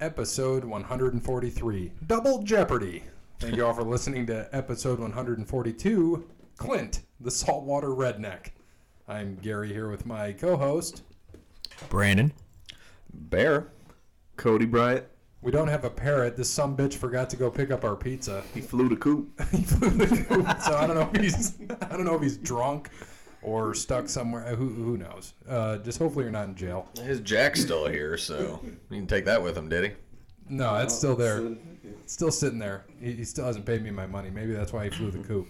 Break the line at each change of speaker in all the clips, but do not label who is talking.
episode 143, Double Jeopardy. Thank you all for listening to episode 142, Clint, the Saltwater Redneck. I'm Gary here with my co host.
Brandon.
Bear. Cody Bryant.
We don't have a parrot. This some bitch forgot to go pick up our pizza.
He flew the coop.
so I don't know if he's I don't know if he's drunk or stuck somewhere. Who, who knows? Uh, just hopefully you're not in jail.
His jack's still here, so he didn't take that with him, did he?
No, it's still there. It's still sitting there. He, he still hasn't paid me my money. Maybe that's why he flew the coop.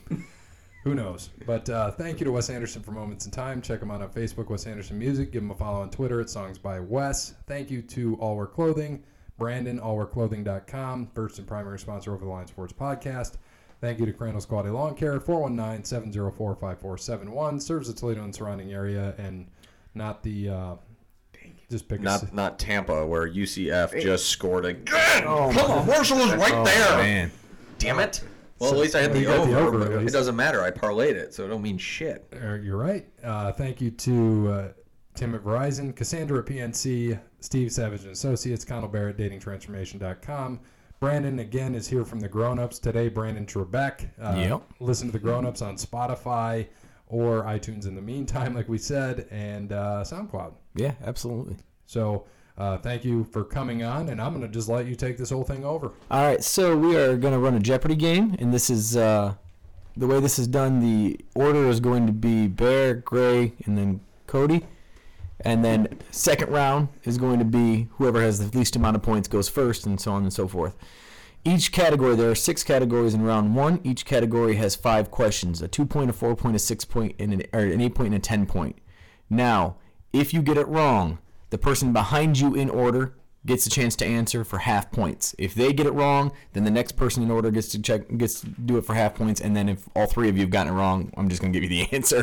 Who knows? But uh, thank you to Wes Anderson for Moments in Time. Check him out on Facebook, Wes Anderson Music. Give him a follow on Twitter at Songs by Wes. Thank you to All Wear Clothing, Brandon, allwearclothing.com, first and primary sponsor of the Line Sports Podcast. Thank you to Crandall's Quality Lawn Care, 419 704 5471. Serves the Toledo and surrounding area and not the. Uh, just pick a ci-
Not not Tampa, where UCF just scored again. Oh, Come on, Marshall is right there.
Man.
Damn it. Well, at least I had
you
the
got
over.
the over,
but
at
it
least.
doesn't matter. I parlayed it, so it don't mean shit.
Uh, You're right. Uh, thank you to uh, Tim at Verizon, Cassandra at PNC, Steve Savage and Associates, Connell Barrett, datingtransformation.com. Brandon again is here from the Grown Ups today. Brandon Trebek. Uh,
Yep.
Listen to the Grown Ups on Spotify or iTunes in the meantime, like we said, and uh, SoundCloud.
Yeah, absolutely.
So uh, thank you for coming on, and I'm going to just let you take this whole thing over.
All right, so we are going to run a Jeopardy game, and this is uh, the way this is done. The order is going to be Bear, Gray, and then Cody, and then second round is going to be whoever has the least amount of points goes first, and so on and so forth. Each category, there are six categories in round one. Each category has five questions: a two-point, a four-point, a six-point, and an, or an eight-point, and a ten-point. Now, if you get it wrong, the person behind you in order gets a chance to answer for half points. If they get it wrong, then the next person in order gets to check gets to do it for half points. And then if all three of you have gotten it wrong, I'm just gonna give you the answer.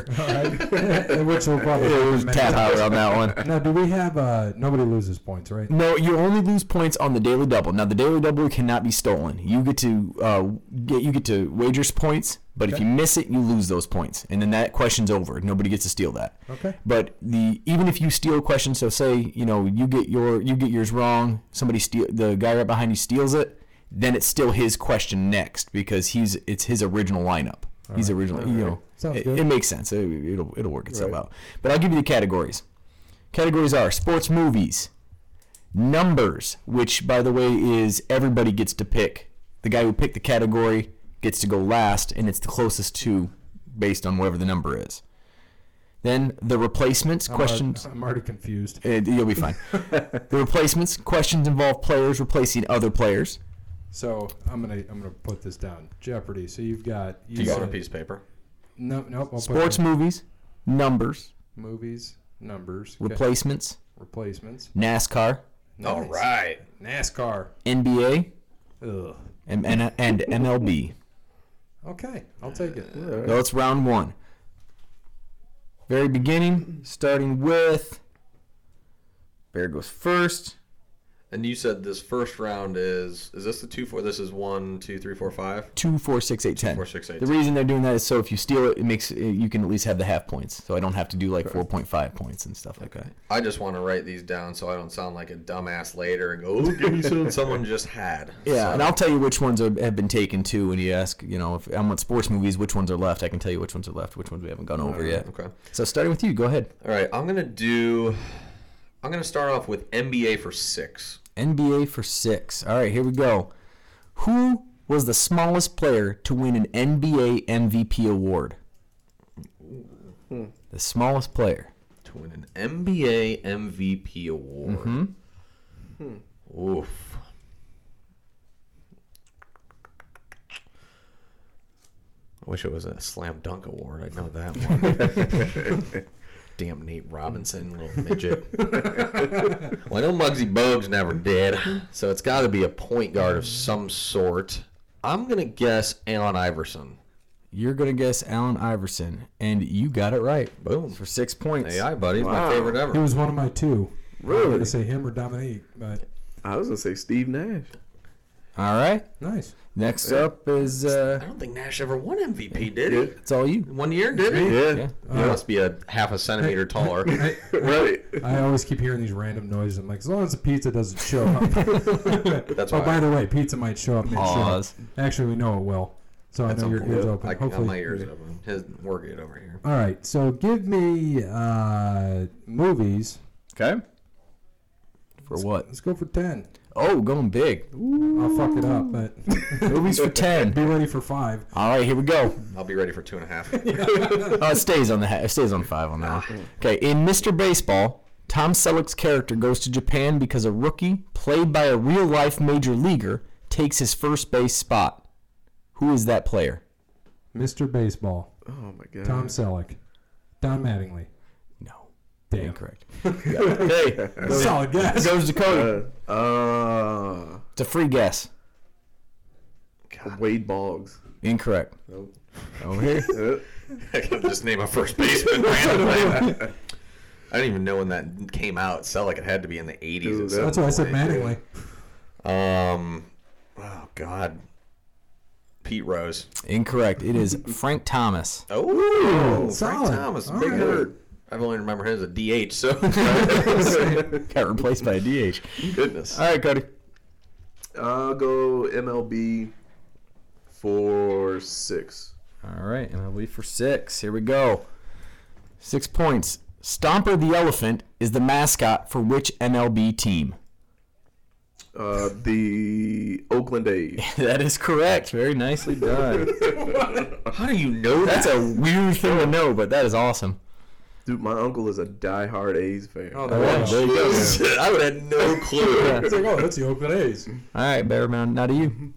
Which will probably
it was
happen many
Tad Howard
times.
on that one.
Now, do we have uh, nobody loses points, right?
No, you only lose points on the daily double. Now the daily double cannot be stolen. You get to uh, get you get to wager points, but if you miss it, you lose those points, and then that question's over. Nobody gets to steal that.
Okay.
But the even if you steal questions, so say you know you get your you get yours wrong, somebody steal the guy right behind you steals it, then it's still his question next because he's it's his original lineup. he's original, you know.
Sounds
it,
good.
it makes sense. It, it'll it'll work itself out. But I'll give you the categories. Categories are sports movies, numbers, which by the way is everybody gets to pick. The guy who picked the category gets to go last, and it's the closest to, based on whatever the number is. Then the replacements
I'm already-
questions.
I'm already confused.
It, you'll be fine. the replacements questions involve players replacing other players.
So I'm gonna I'm gonna put this down. Jeopardy. So you've got you
You got a
said-
piece of paper.
No, no. I'll
Sports
put
movies, numbers,
down. movies, numbers, okay.
replacements,
replacements.
NASCAR,
All
Nice.
right.
NASCAR.
NBA,
Ugh.
and, and, and MLB.
Okay, I'll take it.
So it's round one. Very beginning, starting with. Bear goes first.
And you said this first round is is this the two four? This is one two three four five.
Two, four, six, eight, ten.
four, six, eight,
the
ten.
reason they're doing that is so if you steal it, it makes you can at least have the half points. So I don't have to do like four point five points and stuff like that.
I just want to write these down so I don't sound like a dumbass later and go, "Oh, give me some." Someone just had.
Yeah,
So-
and I'll tell you which ones are, have been taken too. When you ask, you know, if I want sports movies, which ones are left? I can tell you which ones are left, which ones we haven't gone over yet.
okay.
So starting with you, go ahead.
All right, I'm gonna do. I'm gonna start off with NBA for six.
NBA for six. All right, here we go. Who was the smallest player to win an NBA MVP award? The smallest player.
to win an NBA MVP award. Hmm. Oof. I wish it was a slam dunk award. I know that one. Damn Nate Robinson, little midget. well, I know Muggsy Bogues never did, so it's got to be a point guard of some sort. I'm gonna guess Allen Iverson.
You're gonna guess Allen Iverson, and you got it right
Boom.
for six points.
AI buddy, he's my favorite
It
ever.
was one of my two. I was
Really?
gonna say him or Dominique, but
I was gonna say Steve Nash.
All right.
Nice.
Next up is uh,
I don't think Nash ever won MVP, did
Yeah.
he?
it's all you.
One year, did he?
Yeah.
Yeah.
He must be a half a centimeter taller.
Right.
I always keep hearing these random noises. I'm like, as long as the pizza doesn't show up.
That's
oh,
why
by the way, pizza might show up. next year.
Pause.
Actually, we know it will. So I know your ears open.
I got
Hopefully,
my ears open. His we're good over here.
All right. So give me uh, movies.
Okay.
For what?
Let's go for ten.
Oh, going big.
I'll fuck it up, but
Movies for ten.
be ready for five.
All right, here we go.
I'll be ready for two and a half.
Oh, it stays on the ha- it stays on five on that. one. Okay, in Mr. Baseball, Tom Selleck's character goes to Japan because a rookie played by a real life major leaguer takes his first base spot. Who is that player?
Mr. Baseball,
Oh my god.
Tom Selleck, Don Mattingly.
No,
Damn.
incorrect. Okay,
Solid guess.
goes to Cody.
Uh, uh,
It's a free guess.
Wade Boggs.
Incorrect.
Nope.
Over here.
Uh,
I can just name a first baseman randomly. I don't even know when that came out. Sound like it had to be in the
Dude,
eighties.
That's why I said Mattingly.
Um, oh God, Pete Rose.
Incorrect. It is Frank Thomas.
Oh,
solid.
Frank Thomas,
All
big
right.
hurt. I've only remember him as a DH. So
Got replaced by a DH.
goodness.
All right, Cody.
I'll go MLB for six.
All right, and I'll leave for six. Here we go. Six points. Stomper the Elephant is the mascot for which MLB team?
Uh, the Oakland A's.
that is correct. Very nicely done.
How do you know that?
That's a weird thing to know, but that is awesome.
Dude, my uncle is a diehard A's fan.
Oh,
All right, there you go.
shit, I would have had no clue.
It's like, oh, that's the Oakland A's.
All right, Bearman, now to you.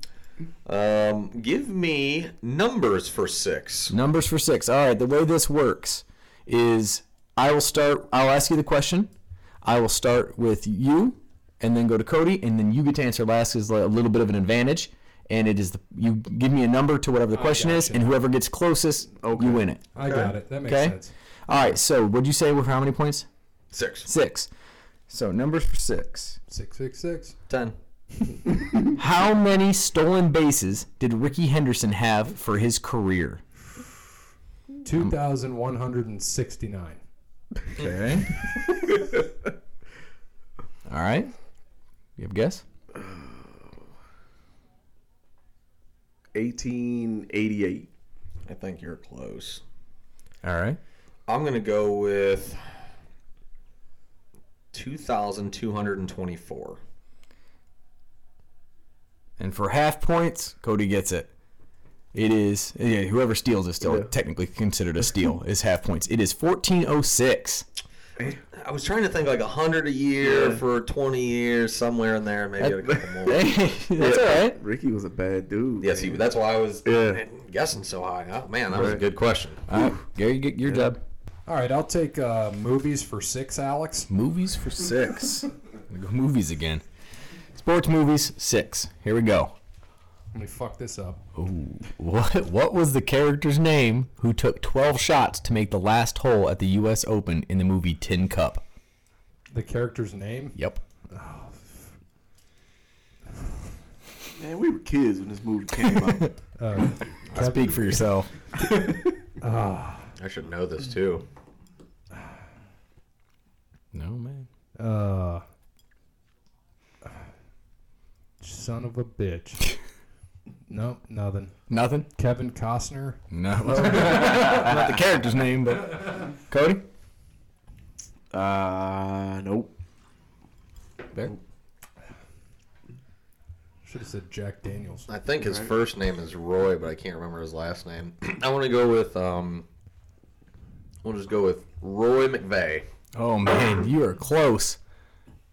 Um, give me numbers for six.
Numbers for six. All right, the way this works is I will start, I'll ask you the question. I will start with you and then go to Cody, and then you get to answer last is a little bit of an advantage. And it is the, you give me a number to
Oh,
whatever the question is, and whoever gets closest, you win it.
I got it. That makes
Okay.
sense.
All right, so would you say we're how many points?
Six.
Six. So numbers for six.
Six six six.
Ten.
How many stolen bases did Ricky Henderson have for his career?
Two thousand one hundred and sixty nine.
Okay. All right. You have a guess?
1888.
I think you're close.
All right.
I'm gonna go with two thousand two hundred and twenty-four.
And for half points, Cody gets it. It is yeah, whoever steals is still technically considered a steal is half points. It is 1406.
I was trying to think like a hundred a year for twenty years, somewhere in there, maybe a couple more.
Hey, that's all right.
Ricky was a bad dude.
Yes, he, that's why I was
Yeah.
guessing so high. Oh, man, that was a good question.
All right. Gary, you get your job.
All right, I'll take uh, movies for six, Alex.
Movies for six. We go movies again. Sports movies six. Here we go.
Let me fuck this up.
What what was the character's name who took twelve shots to make the last hole at the U.S. Open in the movie Tin Cup?
The character's name?
Yep.
Man, we were kids when this movie came out.
Uh,
Speak for yourself.
I should know this too.
No man.
uh, son of a bitch. nope, nothing.
Nothing.
Kevin Costner.
No. Not the character's name, but Cody.
uh, nope.
There.
Should have said Jack Daniels.
I think his first name is Roy, but I can't remember his last name. I want to go with um, we'll just go with Roy McVeigh.
Oh man, you are close.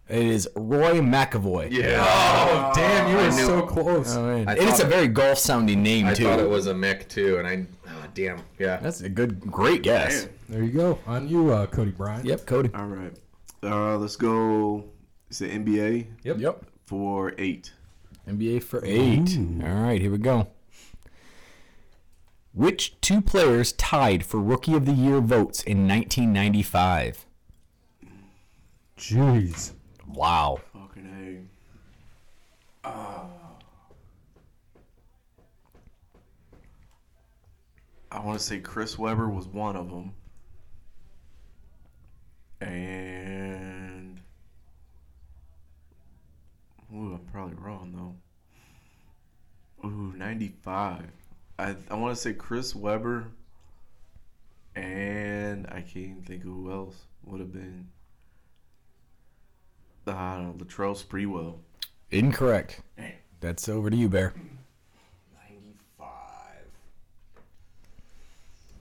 It is Roy McAvoy.
Yeah.
Oh, damn, you
I
were
knew
so
it.
close.
Oh, man.
I
And it's a
thought-
very golf-sounding name
I
too.
thought it was a Mick too, and I oh, damn yeah.
That's a good, great guess.
Damn.
there you go. On you, uh, Cody Bryant.
Yep, Cody.
All right. Uh, let's go. It's the NBA
Yep.
Yep.
for eight.
NBA for eight. All right, here we go. Which two players tied for Rookie of the Year votes in 1995?
Jeez.
Wow.
Ah. Fucking I want to say Chris Webber was one of them. And ooh, I'm probably wrong though. Ooh, 95. I I want to say Chris Webber. And I can't even think of who else would have been. I don't know, Latrell Sprewell.
Incorrect. That's over to you, Bear.
95.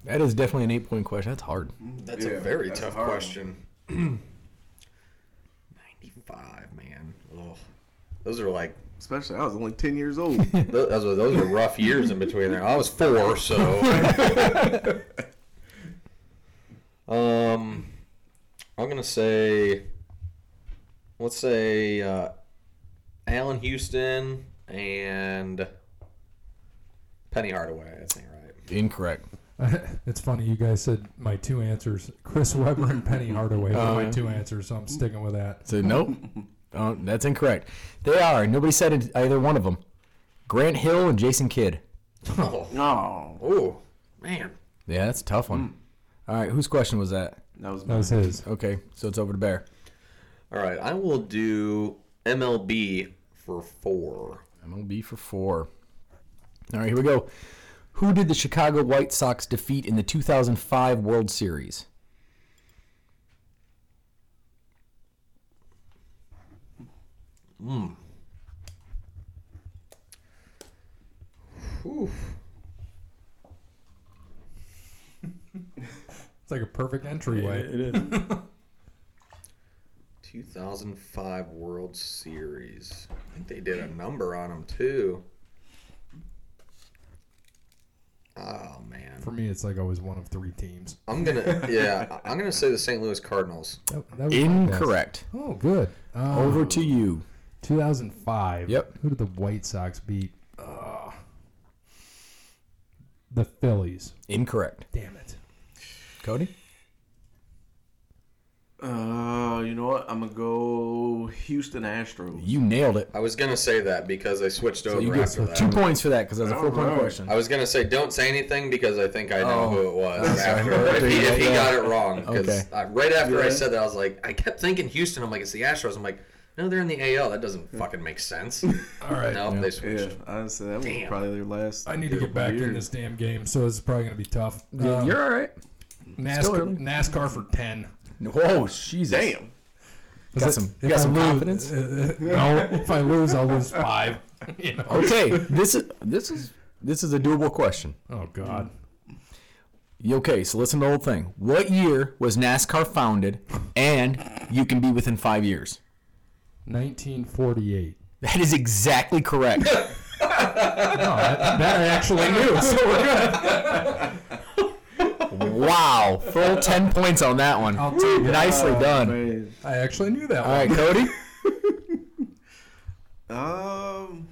That is definitely an eight point question. That's hard.
That's
Yeah,
a very
that's
tough
hard.
question. 95, man. Ugh. Those are like
Especially, I was only 10 years old.
Tho- Those were, those were rough years in between there. I was four, so. um, I'm gonna say, let's say, uh, Allen Houston and Penny Hardaway. That's ain't right.
Incorrect.
it's funny you guys said my two answers. Chris Webber and Penny Hardaway were
Uh-huh.
my two answers, so I'm sticking with that.
So nope. oh, that's incorrect. They are. Nobody said it, either one of them. Grant Hill and Jason Kidd.
Oh,
No.
ooh, man.
Yeah, that's a tough one. All right, whose question was that?
That was
That
my
was his.
Okay, so it's over to Bear.
All right, I will do MLB for four.
MLB for four. All right, here we go. Who did the Chicago White Sox defeat in the 2005 World Series?
It's like a perfect entryway.
is.
2005 World Series. I think they did a number on them too. Oh man,
For me, it's like always one of three teams.
I'm gonna yeah, I'm gonna say the St. Louis Cardinals.
That, that was my guess.
Incorrect.
Oh, good. Uh,
Over to you.
2005.
Yep.
Who did the White Sox beat? Ugh. the Phillies.
Incorrect.
Damn it.
Cody?
Uh, you know what? I'm gonna go Houston Astros.
You nailed it.
I was gonna say that because I switched
So you
over
get
after
two
that.
points for that because that was a four point
Alright.
question.
I was gonna say don't say anything because I think I know
Oh.
who it was
sorry.
after if he, if he
Yeah.
got it wrong. 'cause
Okay.
I, right after I
Yeah.
said that, I was like, I kept thinking Houston. I'm like, it's the Astros. I'm like, no, they're in the AL. That doesn't fucking make sense.
All right.
No, they
Yeah,
switched.
honestly, that was
Damn.
probably their last.
I need to get back in
year.
this damn game, so it's probably going to be tough.
Yeah,
Um,
You're all right. still early.
NASCAR, NASCAR for 10.
Whoa, Jesus.
Damn.
Got some- got some confidence?
Uh, no, if I lose, I'll lose five. You know?
Okay, this is this is this is a doable question.
Oh, God.
Okay, so listen to the whole thing. What year was NASCAR founded, and you can be within five years?
1948.
That is exactly correct.
No, that, that I actually knew, so we're good.
wow, full ten points on that one.
I'll take it. Oh,
Nicely done.
Man.
I actually knew that
All right,
one.
Cody.
Um.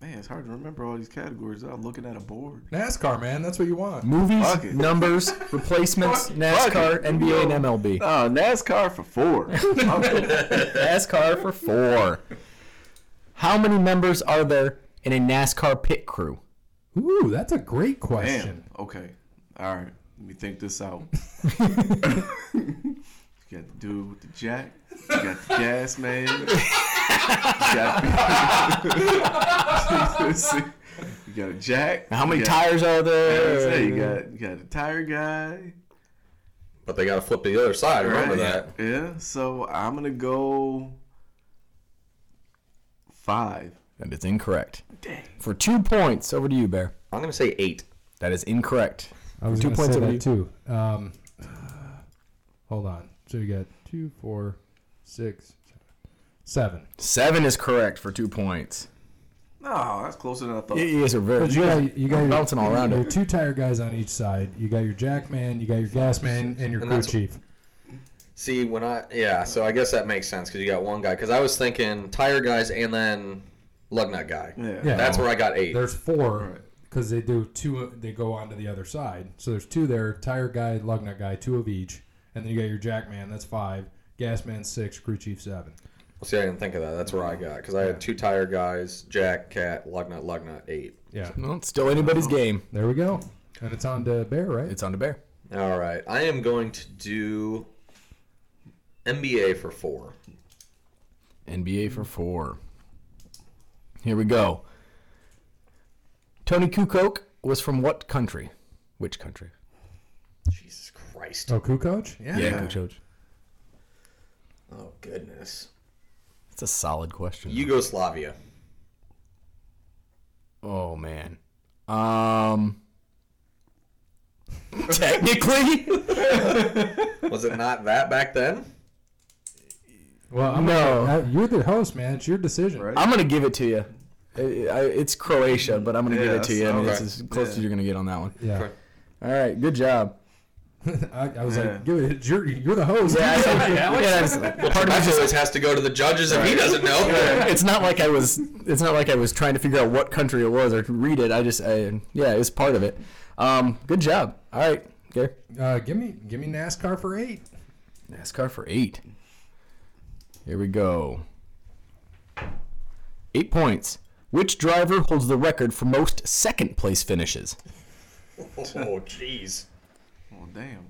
Man, it's hard to remember all these categories. I'm looking at a board.
NASCAR, man. That's what you want.
Movies,
Fuck it.
numbers, replacements,
Fuck-
NASCAR,
fuck it.
NBA, and MLB.
Uh, NASCAR for four.
NASCAR for four. How many members are there in a NASCAR pit crew?
Ooh, that's a great question.
Damn. Okay. All right. Let me think this out. you got the dude with the jack. You got the gas man. You got, you got a jack.
How many
you got,
tires are
Yeah,
there?
you got you got a tire guy.
But they got to flip to the other side. Remember that.
Yeah. So I'm gonna go five.
That is incorrect.
Dang.
For two points, over to you, Bear.
I'm gonna say eight.
That is incorrect.
I was
Two
going to
points
say
over
that too. Um, hold on. So you got two, four, six, seven.
Seven is correct for two points.
No, that's closer than I thought.
You you guys are very.
Oh. But you got, you got your,
bouncing all around
your
it.
two tire guys on each side. You got your jack man, you got your gas man, and your
And
crew
that's-
chief.
See, when I yeah, so I guess that makes sense because you got one guy. Because I was thinking tire guys and then lug nut guy.
Yeah.
Yeah.
That's where I got eight.
There's four because they do two. They go on to the other side. So there's two there: tire guy, lug nut guy, two of each, and then you got your jack man. That's five. Gas man six, crew chief seven.
See, I didn't think of that. That's where I got because I had two tire guys, Jack, Cat, lug nut, lug nut, eight.
Yeah,
Well, it's still anybody's game.
there we go. And it's on to Bear, right?
It's on the bear.
All right. I am going to do NBA for four.
NBA for four. Here we go. Tony Kukoc was from what country? Which country?
Jesus Christ.
oh, Kukoc? Yeah.
Yeah.
Kukoc.
Oh, goodness.
It's a solid question.
Yugoslavia.
oh man. Um. technically,
Was it not that back then?
Well, I'm
No.
Gonna, you're the host, man. It's your decision.
Right.
I'm gonna give it to you. I- I- it's Croatia, but I'm gonna give it to
Yes,
you. I mean, it's
okay.
as close as
Yeah.
you're gonna get on that one.
Yeah.
Correct.
All right, good job.
I, I was
Yeah.
like, give it, you're, you're the host.
Yeah, I- yeah, it's- part of
That
it's just-
always has to go to the judges if he doesn't know.
it's not like I was. It's not like I was trying to figure out what country it was or to read it. I just, I, yeah, it was part of it. Um, good job. All right, Gary.
Uh, give me give me NASCAR for eight.
NASCAR for eight. Here we go. Eight points. Which driver holds the record for most second place finishes?
oh, jeez.
Well, damn.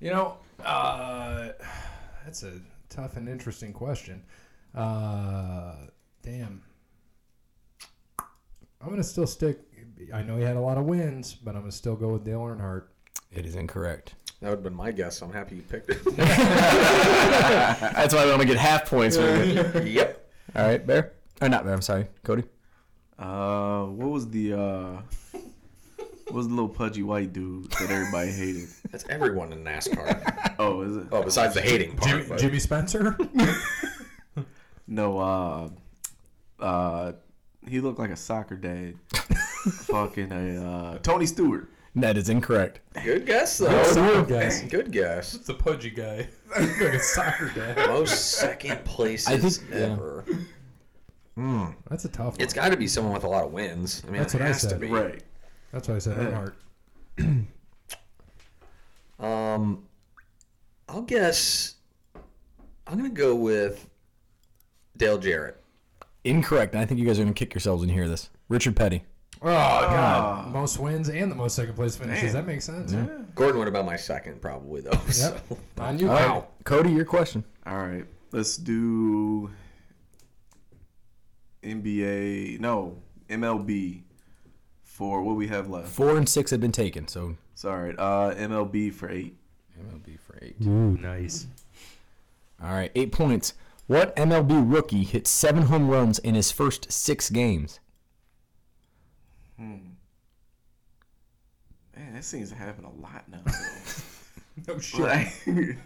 You know, uh, that's a tough and interesting question. Uh, damn. I'm going to still stick. I know he had a lot of wins, but I'm going to still go with Dale Earnhardt.
It is incorrect.
That would have been my guess. I'm happy you picked it.
Uh, That's why we only get half points. when we get-
yep.
All right, Bear. Or not Bear. I'm sorry, Cody.
Uh, what was the uh, what was the little pudgy white dude that everybody hated?
That's everyone in NASCAR.
Oh, is it?
oh, besides the hating part.
Jimmy,
but-
Jimmy Spencer?
No, uh, uh, he looked like a soccer dad. Fucking a uh, Tony Stewart.
That is incorrect.
Good guess, though.
Oh,
Soccer guys.
Good guess.
It's a pudgy guy. like a soccer dad.
Most second places
I think- yeah.
ever.
That's a tough one.
It's got to be someone with a lot of wins. I mean,
That's
it
what I
has to
said.
be.
Right.
That's why I said Earnhardt.
Um, I'll guess. I'm gonna go with Dale Jarrett.
Incorrect. I think you guys are gonna kick yourselves when you hear this. Richard Petty.
Oh, God. most wins and the most second place finishes. That makes sense.
Gordon would have been my second, probably though. So.
Yep. On you,
All
Kyle.
right, Cody, your question.
All right. Let's do NBA. No, MLB for what we have left.
Four and six had been taken, so
Sorry. Uh, MLB for eight.
MLB for eight.
Ooh, nice.
All right, eight points. What MLB rookie hit seven home runs in his first six games?
Man, that seems to happen a lot now.
No shit.
Like,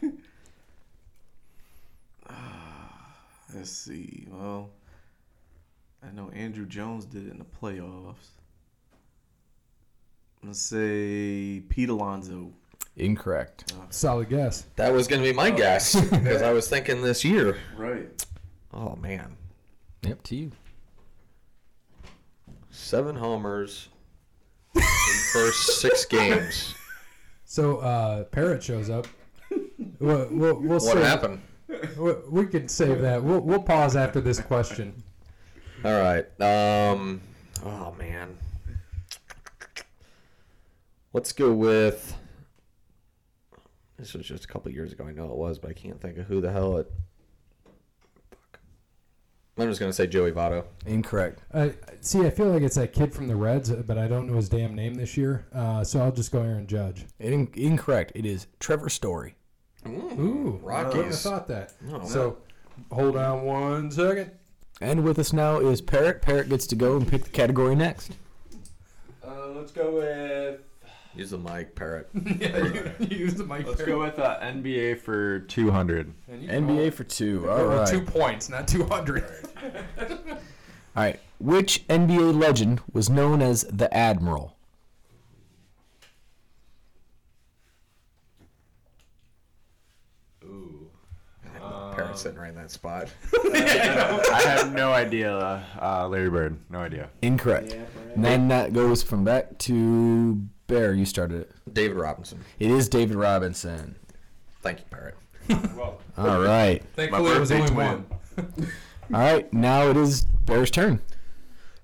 Ah, let's see. Well, I know Andrew Jones did it in the playoffs. I'm gonna say Pete Alonso.
Incorrect.
Solid guess.
That was gonna be
Oh.
my guess because I was thinking this year.
Right.
Oh man,
Yep, to you.
seven homers in first six games.
So uh, Parrot shows up. We'll, we'll, we'll
What
save-
happened?
We, we can save that. We'll, we'll pause after this question.
All right. Um. Oh man. Let's go with. This was just a couple years ago. I know it was, but I can't think of who the hell it. Fuck. I'm just gonna say Joey Votto.
Incorrect.
Uh, see, I feel like it's that kid from the Reds, but I don't know his damn name this year. Uh, so I'll just go Aaron Judge.
In- incorrect. It is Trevor Story.
Ooh, I wouldn't have
Rockies.
thought that. so hold on one second.
And with us now is Parrot. Parrot gets to go and pick the category next.
Uh, let's go with.
Use the mic, parrot.
Use the mic.
Let's go with uh, NBA for 200.
NBA for two. All right. All
points, not two hundred.
right. Which NBA legend was known as the Admiral?
Parrot sitting right in that spot.
I have no idea. Uh, uh, Larry Bird. No idea.
Incorrect. and then that goes from back to Bear. You started it.
David Robinson.
It is David Robinson.
Thank you, parrot.
All right.
Thankfully, it was only one.
All right, now it is Bear's turn.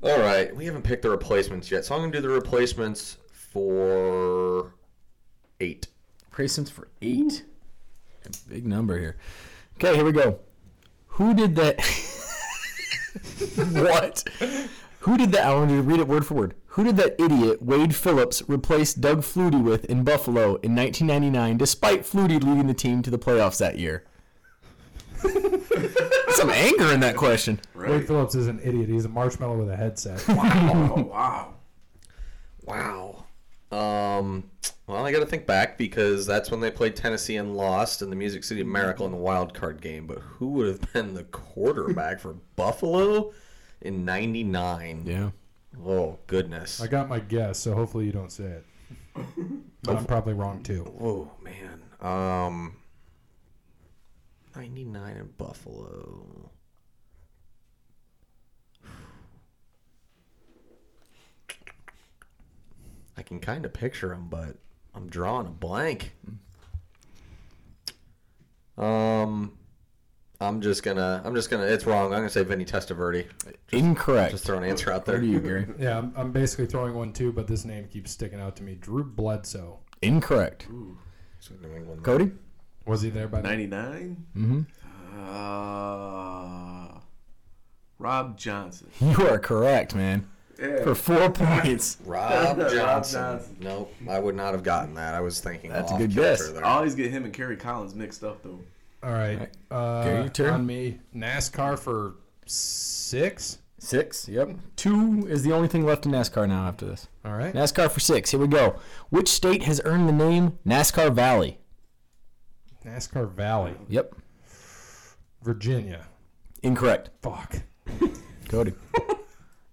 All right, we haven't picked the replacements yet, so I'm gonna do the replacements for eight.
Replacements for eight. Big number here. Okay, here we go. Who did the what? Who did that? I want to read it word for word. Who did that idiot Wade Phillips replace Doug Flutie with in Buffalo in 1999, despite Flutie leading the team to the playoffs that year? Some anger in that question.
Wade Phillips is an idiot. He's a marshmallow with a headset.
Wow. wow.
Wow. Um, well, I got to think back because that's when they played Tennessee and lost in the Music City Miracle in the wild card game. But who would have been the quarterback for Buffalo in '99?
Yeah.
Oh goodness.
I got my guess, so hopefully you don't say it. But I'm probably wrong too.
Oh man. Um. '99 in Buffalo. I can kind of picture him, but I'm drawing a blank. Um, I'm just gonna, I'm just gonna. It's wrong. I'm gonna say Vinny Testaverde.
Incorrect.
Just throw an answer out
What
there.
do you, Gary?
Yeah, I'm, I'm basically throwing one too, but this name keeps sticking out to me. Drew Bledsoe.
Incorrect.
So New England.
Cody?
Was he there by then?
99? Uh, Rob Johnson.
You are correct, man.
Yeah.
For four points.
Rob
Rob
Johnson.
Johnson.
Nope, I would not have gotten that. I was thinking
That's a
off
good
kilter
guess.
there.
I always get him and Kerry Collins mixed up, though.
All right. Uh,
Gary, your turn.
On me. NASCAR for six.
Six. Yep. Two is the only thing left in NASCAR now after this.
All right.
NASCAR for six. Here we go. Which state has earned the name NASCAR Valley?
NASCAR Valley,
Yep.
Virginia.
Incorrect.
Fuck.
Cody.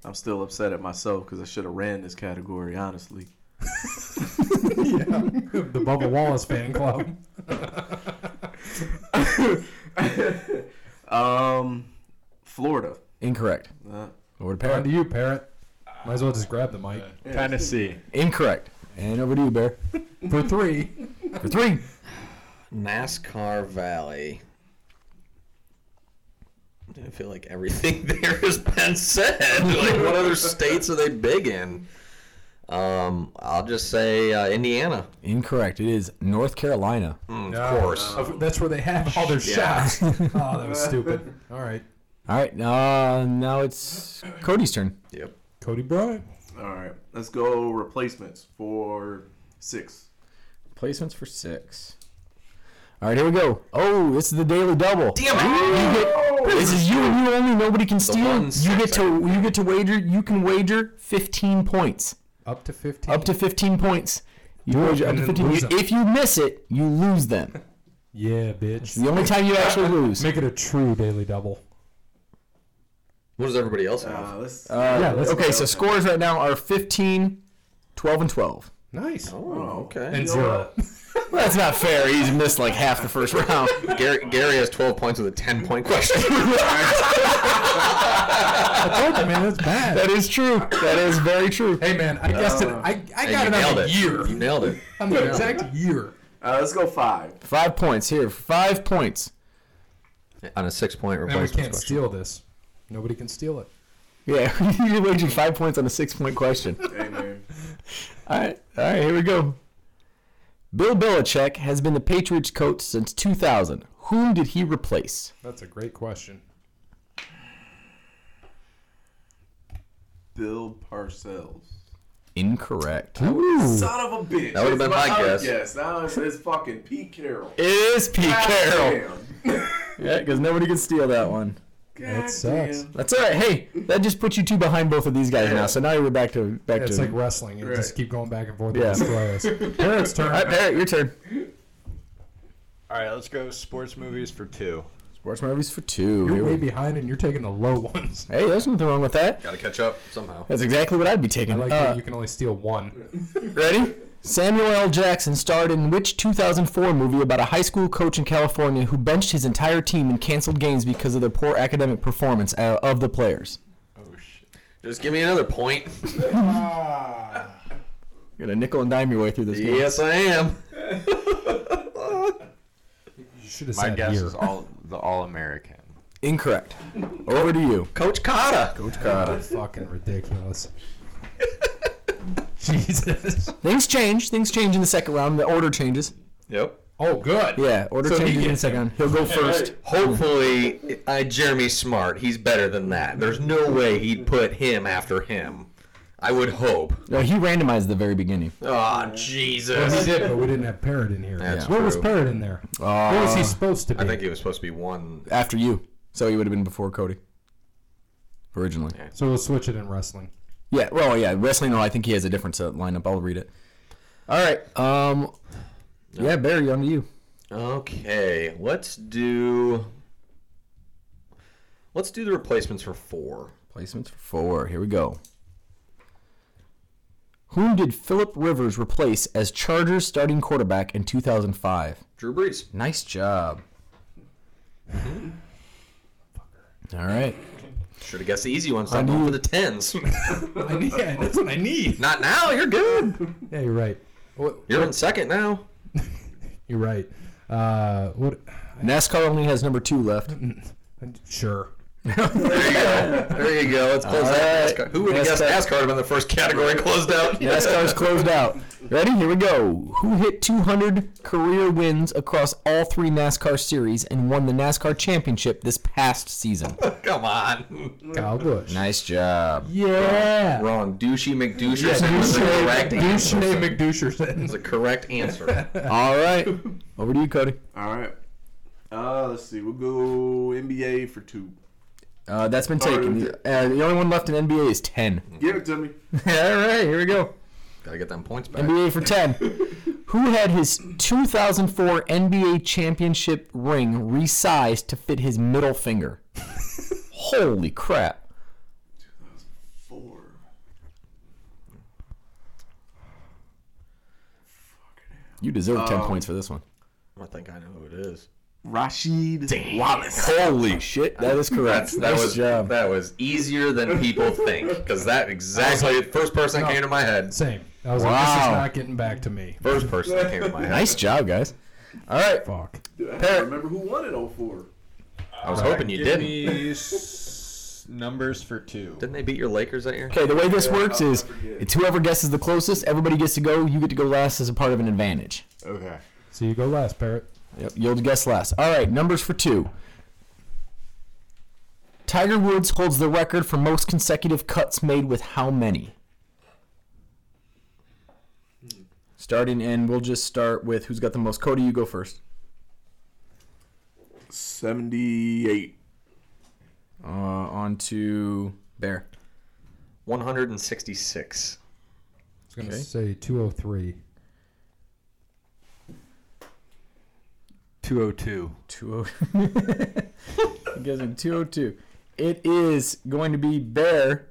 I'm still upset at myself because I should have ran this category, honestly.
The Bubba Wallace fan club.
Um, Florida.
Incorrect.
Uh,
Over to
On
Parrot.
to you, Parrot. Might as well just grab the mic.
Tennessee.
Incorrect. And over to you, Bear.
For three.
For three.
NASCAR Valley. I feel like everything there has been said. Like, what other states are they big in? Um, I'll just say uh, Indiana.
Incorrect. It is North Carolina.
Mm,
No.
Of course.
Of- That's where they have all their
Yeah.
shots. oh, that was stupid. All right.
All right. Uh, now it's Cody's turn.
Yep.
Cody Bryant.
all right. Let's go replacements for six.
Placements for six. All right, here we go. Oh, this is the daily double.
Damn it!
You get- this is you and you only. Nobody can steal.
one
You
six
get to you get to wager. You can wager fifteen points.
Up to 15.
Up to fifteen points. You wager up
and
to
then
fifteen.
lose
You-
them.
if you miss it, you lose them.
Yeah, bitch.
The only time you actually lose.
Make it a true daily double.
What does everybody else have?
Uh, let's.
yeah, let's-
Okay, so scores right now are 15, 12, and 12.
Nice.
oh, okay.
And zero.
Well, that's not fair. He's missed like half the first round.
Gary, Gary has 12 points with a 10 point question.
I told you, man, that's bad.
That is true. That is very true.
Hey, man, I guessed it. I, I got
And you
it
nailed
on the
it.
year.
You nailed it.
On the exact year.
uh, let's go five.
Five points here. Five points.
On a six point
And we
replacement
can't
question.
steal this. Nobody can steal it.
Yeah, you're wagering five points on a six point question.
Hey, man.
All right, all right, here we go. Bill Belichick has been the Patriots coach since 2000. Whom did he replace?
That's a great question.
Bill Parcells.
Incorrect.
Son of a bitch.
That would've
It's
been my
other
guess.
Yes, now it's, it's fucking Pete Carroll.
It is Pete Carroll.
Damn.
Yeah, because nobody can steal that one.
God
sucks.
damn.
That's all right. Hey, that just puts you two behind both of these guys now. So now you're back to back
It's
to.
like wrestling. You just
Right.
keep going back and forth.
Yeah.
Yeah. Parrot's turn.
all right, Barrett, your turn.
All right, let's go sports movies for two.
Sports movies for two.
You're
Here
way
we-
behind and you're taking the low ones.
Hey, there's nothing wrong with that.
Gotta catch up somehow.
That's exactly what I'd be taking.
I like
Uh,
that you can only steal one.
Ready? Samuel L. Jackson starred in which 2004 movie about a high school coach in California who benched his entire team and canceled games because of their poor academic performance uh, of the players?
Oh shit.
Just give me another point.
You're gonna nickel and dime your way through this game.
yes, I am.
You should have
My
said
guess
year.
is all the All American.
Incorrect. Over to you.
Coach Cotta. Coach
That's fucking ridiculous. Jesus.
Things change. Things change in the second round. The order changes.
Yep.
Oh, good.
Yeah, order
So he
changes in the
gets
second round. He'll go first.
Hopefully, I Jeremy Smart. He's better than that. There's no way he'd put him after him. I would hope.
No, he randomized the very beginning.
Oh
We
Jesus!
did, but we didn't have Parrot in here.
That's
Where was
true.
Parrot in there?
Uh,
Where was he supposed to be?
I think it was supposed to be one.
After you. So he would have been before Cody. Originally.
so we'll switch it in wrestling.
Yeah, well, yeah. Wrestling, no, I think he has a different set lineup. I'll read it. All right. Um, Yeah, Barry, on to you.
Okay, let's do. Let's do the replacements for four.
Placements for four. Here we go. Whom did Philip Rivers replace as Chargers starting quarterback in 2005?
Drew Brees.
Nice job. All right.
Should have guessed the easy one. Stop going for the tens.
I need, yeah, that's what I need.
Not now. You're good.
Yeah, you're right. What,
You're in second now.
you're right. Uh, what?
NASCAR only has number two left.
Sure.
There you go. There you go. Let's close that.
All right.
NASCAR. Who would have guessed
NASCAR.
NASCAR would have been the first category closed out?
NASCAR's closed out. Ready? Here we go. Who hit 200 career wins across all three NASCAR series and won the NASCAR championship this past season?
Come on.
Kyle Busch.
Nice job.
Yeah.
Wrong. Douchey
Yeah,
McDoucherson was the correct
Duchesne
answer. That was
McDoucherson.
the correct answer.
All right. Over to you, Cody.
All right. Uh, let's see. We'll go NBA for two.
Uh, that's been taken. The, uh, the only one left in NBA is 10.
Give it to me.
All right, here we go.
Gotta get them points back.
NBA for 10. Who had his 2004 NBA championship ring resized to fit his middle finger? Holy crap.
Four.
You deserve
Oh.
10 points for this one.
I think I know who it is.
Rashid Wallace.
Holy shit, that is correct.
That's, that was that was easier than people think because that exactly the first person that came to my head.
Same. I was like, this is
Wow.
not getting back to me.
First person that came to my head.
nice job, guys. All right.
Fuck.
Dude, I can't remember who won it on four.
I was hoping you
Give
didn't.
me s- numbers for two.
Didn't they beat your Lakers that year?
Okay, the way this
Yeah,
works
I'll
is
forget.
it's whoever guesses the closest, everybody gets to go, you get to go last as a part of an advantage.
Okay.
So you go last, Parrot.
Yep, you'll guess last. All right, numbers for two. Tiger Woods holds the record for most consecutive cuts made with how many? Starting and we'll just start with who's got the most. Cody, you go first.
78.
Uh, on to Bear.
166.
I was going to
Okay.
say 203.
202.
202. you guys are 202. It is going to be Bear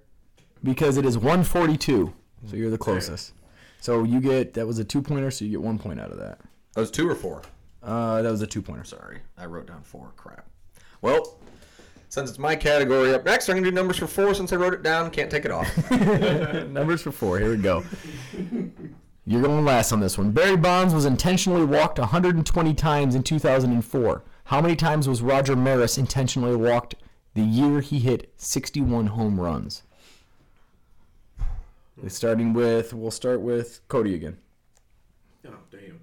because it is 142. So you're the closest. So you get, that was a two pointer, so you get one point out of that.
That was two or four.
Uh, that was a two pointer.
Sorry, I wrote down four. Crap. Well, since it's my category up next, I'm gonna do numbers for four since I wrote it down. Can't take it off.
Numbers for four. Here we go. You're going last on this one. Barry Bonds was intentionally walked 120 times in 2004. How many times was Roger Maris intentionally walked the year he hit 61 home runs? Starting with, we'll start with Cody again.
Oh, damn.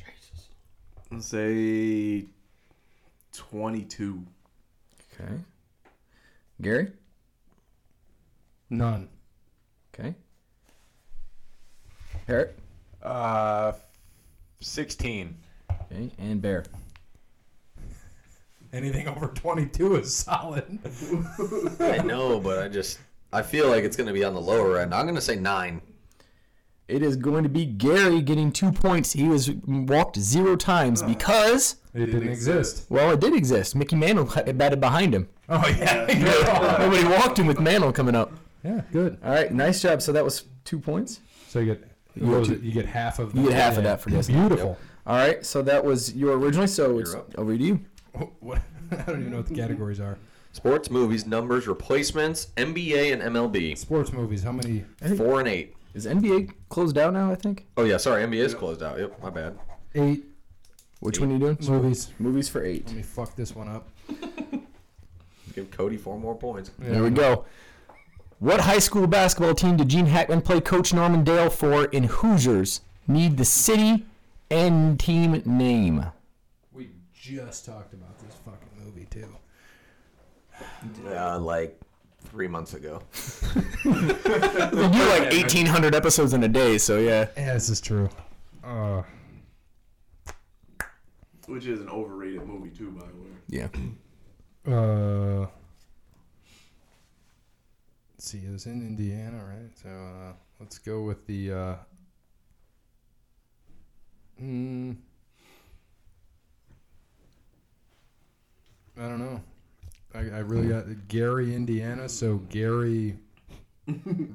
Jesus. Let's say 22.
Okay. Gary.
None.
Okay. Parrot.
Uh, 16.
Okay. And Bear.
Anything over 22 is solid.
I know, but I just I feel like it's gonna be on the lower end. I'm gonna say nine.
It is going to be Gary getting two points. He was walked zero times because.
It didn't exist.
Well, it did exist. Mickey Mantle had- batted behind him.
Oh, yeah.
Nobody walked him with Mantle coming up.
yeah, good.
All right, nice job. So that was two points.
So you get what was it? You get half of that.
You get half of that for guessing.
Beautiful.
All right, so that was your originally. So it's
You're up.
over to you.
What? I don't even know what the categories are.
Sports, movies, numbers, replacements, NBA and MLB.
Sports movies. How many?
Four and eight.
Is NBA closed out now? I think.
Oh yeah, sorry, NBA is closed out. Yep, my bad.
Eight.
Which one are you doing?
Movies.
Movies for eight.
Let me fuck this one up.
Give Cody four more points.
There we go. What high school basketball team did Gene Hackman play Coach Norman Dale for in Hoosiers? Need the city and team name.
We just talked about this fucking movie too.
Uh, like three months ago.
We do like 1,800 episodes in a day, so yeah.
Yeah, this is true. Uh,
Which is an overrated movie too, by the way.
Yeah.
uh, let's see, it was in Indiana, right? So uh, let's go with the. Uh, mm, I don't know. I, I really got Gary, Indiana. So Gary,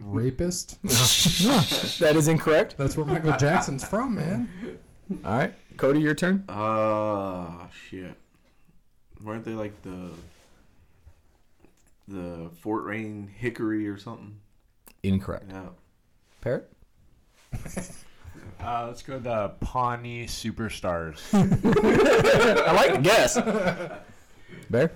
rapist.
that is incorrect.
That's where Michael Jackson's from, man.
All right. Cody, your turn.
Ah, shit. Weren't they like the the Fort Rain Hickory or something?
Incorrect.
Yeah.
Parrot?
Uh, let's go the Pawnee Superstars.
I like the guess. Bear?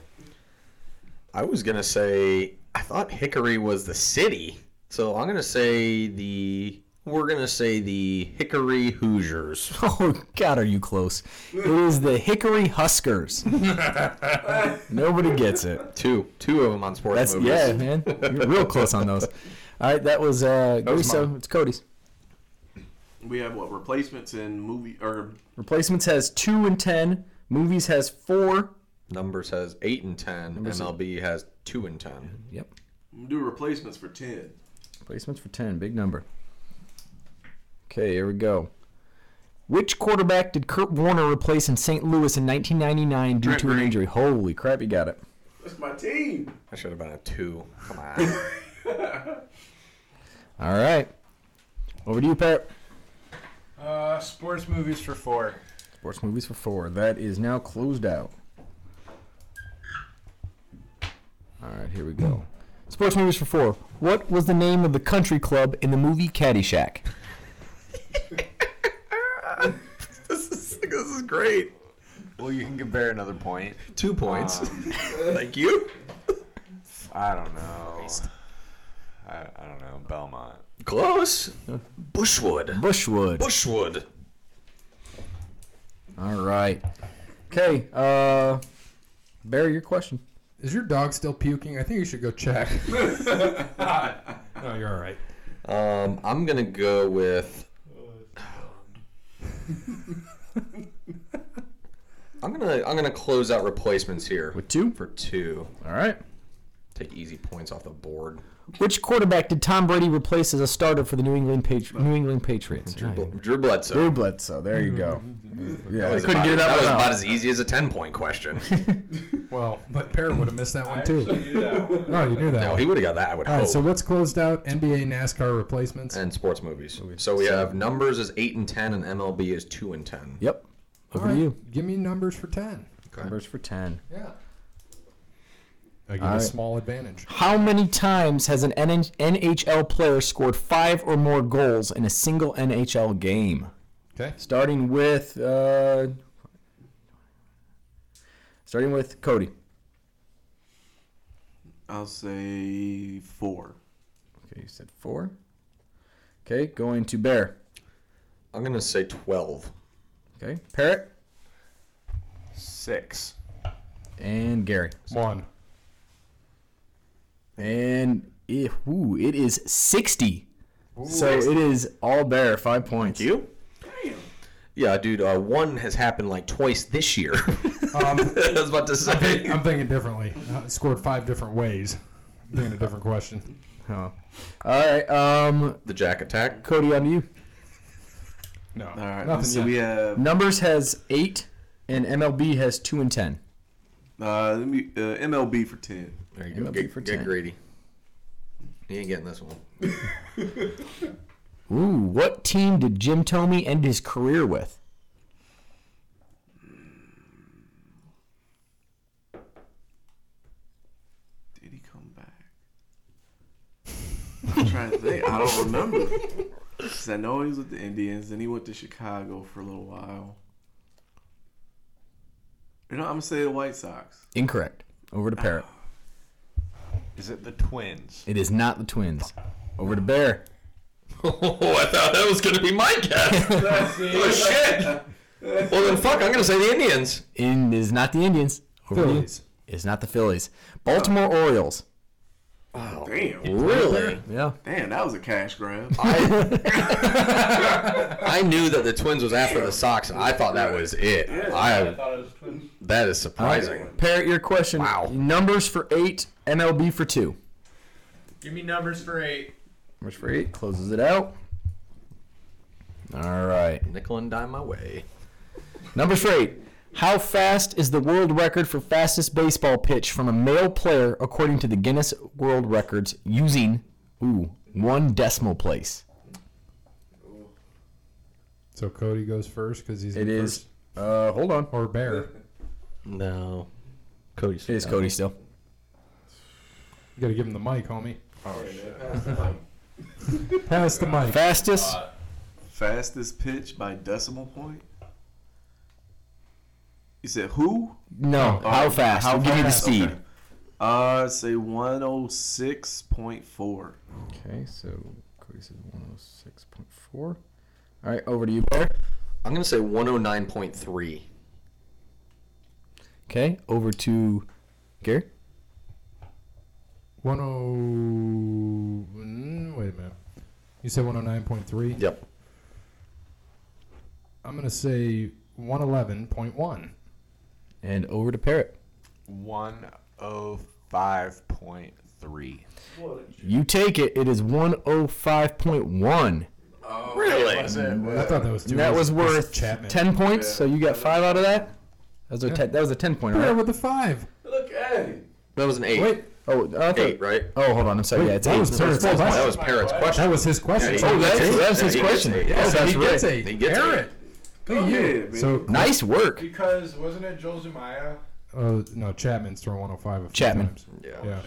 I was gonna say I thought Hickory was the city, so I'm gonna say the we're gonna say the Hickory Hoosiers.
Oh, God, are you close? It is the Hickory Huskers. Nobody gets it.
Two, two of them on sports
That's
movies.
yeah, man. You're real close on those. All right, that was uh, Guiso. It's Cody's.
We have what replacements in movie or
Replacements has two and ten. Movies has four.
Numbers has eight and ten. MLB has two and ten.
Yep.
do replacements for ten.
Replacements for ten. Big number. Okay, here we go. Which quarterback did Kurt Warner replace in St. Louis in 1999 due
Trent
to an
Green.
injury? Holy crap, you got it.
That's my team.
I should have been a two. Come on.
All right. Over to you, Pat.
Uh, sports movies for four.
Sports movies for four. That is now closed out. All right, here we go. Sports movies for four. What was the name of the country club in the movie Caddyshack?
this, is, this is great.
Well, you can compare another point.
Two points. Thank you.
I don't know. I, I don't know. Belmont.
Close. Bushwood.
Bushwood.
Bushwood.
All right. Okay. Uh, Barry, your question.
Is your dog still puking? I think you should go check. no, you're all right.
Um, I'm gonna go with. I'm gonna I'm gonna close out replacements here
With two.
for two.
All right.
Take easy points off the board.
Which quarterback did Tom Brady replace as a starter for the New England Patri- New England Patriots?
Bl- Drew Bledsoe.
Drew Bledsoe. There you go. Yeah,
That
I
was
couldn't
about-
get it out
That
of
was
my mouth.
about as easy as a ten point question.
Well, but Parrot would have missed that one too. No, you knew that.
no,
one.
he would have got that. I
Oh.
would
all
hope.
right, so what's closed out? NBA, NASCAR replacements.
and sports movies. So we have numbers is eight and ten, and MLB is two and ten.
Yep.
All
Over
right,
to you.
Give me numbers for ten.
Numbers for ten.
Yeah. I get
All
a
right.
small advantage.
How many times has an NH NHL player scored five or more goals in a single NHL game?
Okay.
Starting with uh, starting with Cody.
I'll say four.
Okay, you said four. Okay, going to Bear.
I'm gonna say twelve.
Okay, Parrot
Six.
and Gary.
One.
And it, ooh, it is sixty. so it is all Bear, five points.
You? Yeah, dude. Uh, one has happened like twice this year.
Um,
I was about to say.
I'm thinking differently. Uh, scored five different ways. I'm thinking a different question.
Huh. All right, um,
The Jack Attack.
Cody, on to you.
No.
All right.
Nothing
so
yet.
we have
Numbers has eight, and MLB has two and ten.
uh, let me- uh, MLB for ten.
There you
MLB
go. Get,
for
get
10.
greedy. He ain't getting this one.
Ooh, what team did Jim Tomey end his career with?
Did he come back? I'm trying to think. I don't remember. 'Cause I know he was with the Indians, then he went to Chicago for a little while. You know, I'm gonna say the White Sox.
Incorrect. Over to Parrot.
Is it the Twins?
It is not the Twins. Over to Bear.
Oh, I thought that was gonna be my guess. oh shit. Well then, fuck. I'm gonna say the Indians.
In it is not the Indians. Over to you.
Phillies.
It's not the Phillies. Baltimore Orioles.
Damn,
Really?
Yeah.
damn, that was a cash grab.
I knew that the Twins was after the Sox, and I thought that was it. I
thought it was twins.
that is surprising.
Parrot, your question.
Wow.
Numbers for eight. MLB for two.
Give me numbers for eight.
Numbers for eight closes it out. All right.
Nickel and dime my way.
Numbers for eight. How fast is the world record for fastest baseball pitch from a male player according to the Guinness World Records using ooh one decimal place?
So Cody goes first because he's
It
in
is.
first.
Uh, hold on.
or Bear.
No, Cody.
It is Cody still.
You gotta give him the mic, homie. Oh shit! Pass the mic.
Fastest.
Fastest pitch by decimal point. You said who?
No. uh, how
Oh,
fast?
how
Give me the
fast?
speed.
Okay. Uh, say 106.4.
Okay, so Cody says 106.4. All right, over to you, Bear.
I'm gonna say 109.3.
Okay, over to Gary.
One oh. mm, Wait a minute. You said one oh nine point three.
Yep.
I'm gonna say one eleven point one.
And over to Parrot.
105.3.
You take it. It is 105.1.
really?
I thought that was too.
that
easy.
was
This
worth
Chapman.
10 points, so you got 5 out of that? That was a, ten, that was a 10 pointer,
Bear
right?
with the five.
Look at it.
That was an eight.
Wait,
Oh, okay.
Eight, right?
Oh, hold on. I'm sorry.
Wait,
yeah, it's
that
8.
was
So
Parrot's
it's not-
question.
That was Parrot's question.
that was his question.
Yeah,
Oh,
he-
that's,
Eight.
that's his
He
question.
gets eight.
Yes,
so
that's
he gets
right.
eight.
He gets
Parrot. Look at
Yeah,
you.
man.
So
Nice work.
Because wasn't it Joel Zamaya?
uh, no, Chapman's throwing one oh five. A few
Chapman.
Times.
Yeah.
Yeah.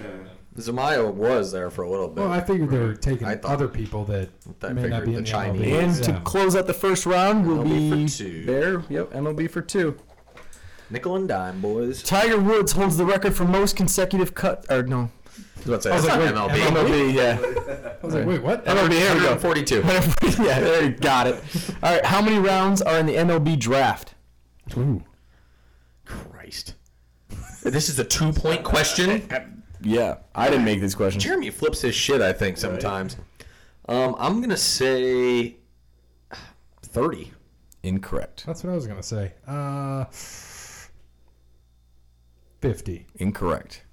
Zamaya was there for a little bit.
Well, I figured they were taking
I thought-
other people that
I
may not
figured
be
the
in the
Chinese.
MLB.
And to
Yeah.
close out the first round will
MLB
be
for two.
Bear. Yep, MLB for 2.
Nickel and dime, boys.
Tiger Woods holds the record for most consecutive cut. Or no,
I was like,
wait,
MLB.
MLB. Yeah,
I was like, wait, what?
MLB. Here we go.
42.
yeah, there you got it. All right, how many rounds are in the MLB draft?
Ooh.
Christ. This is a two point question.
Yeah, I didn't make this question.
Jeremy flips his shit, I think, sometimes. Um, I'm going to say 30.
Incorrect.
That's what I was gonna say. Uh, fifty.
Incorrect.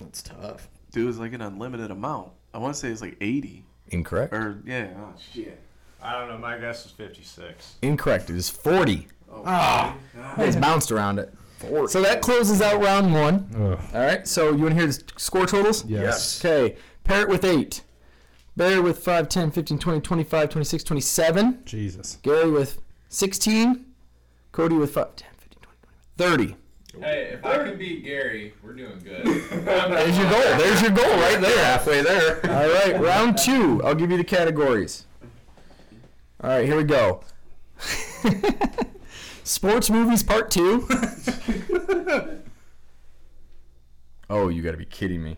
That's tough.
Dude, it's like an unlimited amount. I want to say it's like 80.
Incorrect.
Or, yeah. Oh, shit.
I don't know. My guess is 56.
Incorrect. It is forty.
Oh,
Ah.
It's bounced around it. So that closes out round one.
Ugh.
All right. So you want to hear the s- score totals?
Yes.
Okay. Parrot with eight. Bear with 5, 10, 15, 20, 25, 26, 27.
Jesus.
Gary with 16. Cody with 5, 10, 15, 20, 30.
Hey, if I could beat Gary, we're doing good. I'm-
There's your goal. There's your goal right
They're
there.
halfway there.
All right, round two. I'll give you the categories. All right, here we go. Sports movies part two. oh, you got to be kidding me.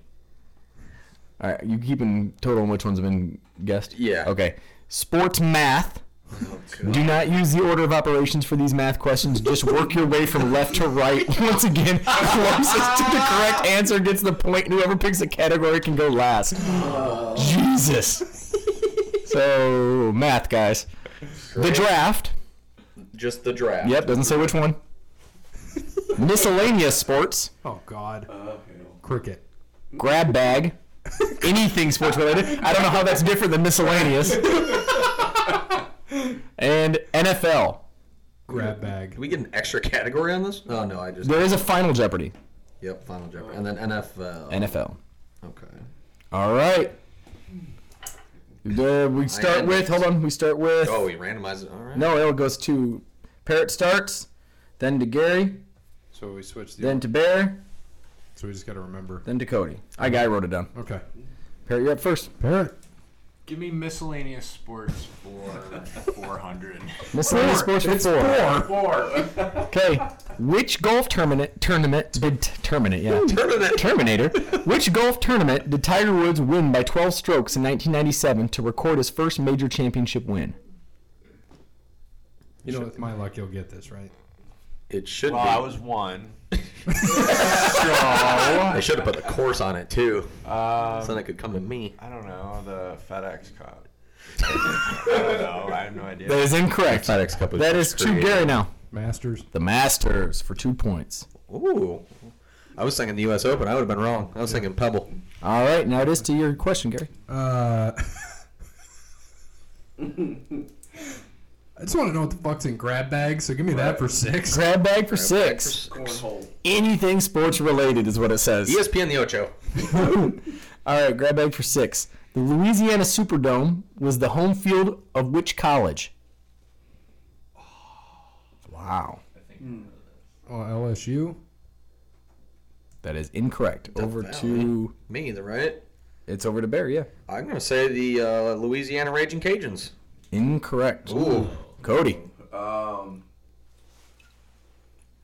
All right, you keeping total on which ones have been guessed?
Yeah.
Okay. Sports math. Do not use the order of operations for these math questions. Just work your way from left to right. Once again, closest to the correct answer gets the point. and Whoever picks a category can go last. Jesus. so, math, guys. The draft.
Just the draft.
Yep, doesn't say which one. Miscellaneous sports.
Oh God.
Oh,
Cricket.
Grab bag. Anything sports related. I don't know how that's different than miscellaneous. and NFL.
Grab bag.
Did we get an extra category on this? Oh, no, I just.
There is a final Jeopardy.
Yep, Final Jeopardy. And then NFL.
NFL.
Okay.
All right. The- we start
am
with. Hold on. We start with.
Oh, we randomized it. All right.
No, it goes to Parrot starts, then to Gary,
So we switched. The
then to Bear,
so we just gotta remember.
then to Cody. I guy wrote it down.
Okay.
Parrot, you're up first.
Parrot.
Give me miscellaneous sports for 400.
Miscellaneous sports for four.
Four.
Okay. Which golf tournament tournament did t- terminate? Yeah. Terminate. Terminator. Which golf tournament did Tiger Woods win by 12 strokes in 1997 to record his first major championship win?
You know, with my luck, you'll get this right.
It should
Well,
be.
I was one.
I should have put the course on it too, so
Um,
then it could come to me.
I don't know the FedEx Cup. I don't know. I have no
That
idea.
is incorrect.
FedEx Cup. was
That is
just
two
created.
Gary now.
Masters.
The Masters for two points.
Ooh. I was thinking the U.S. Open. I would have been wrong. I was thinking Pebble.
All right, now it is to your question, Gary.
Uh, I just want to know what the fuck's in grab bag, so give me that for six.
Grab bag for six.
Cornhole.
Anything sports related is what it says.
ESPN the Ocho.
All right, grab bag for six. The Louisiana Superdome was the home field of which college? Wow.
Oh, LSU.
That is incorrect. over
Valley.
to
Me either, right?
it's over to Bear, yeah.
I'm gonna say the uh, Louisiana Raging Cajuns.
Incorrect. Cody.
Um,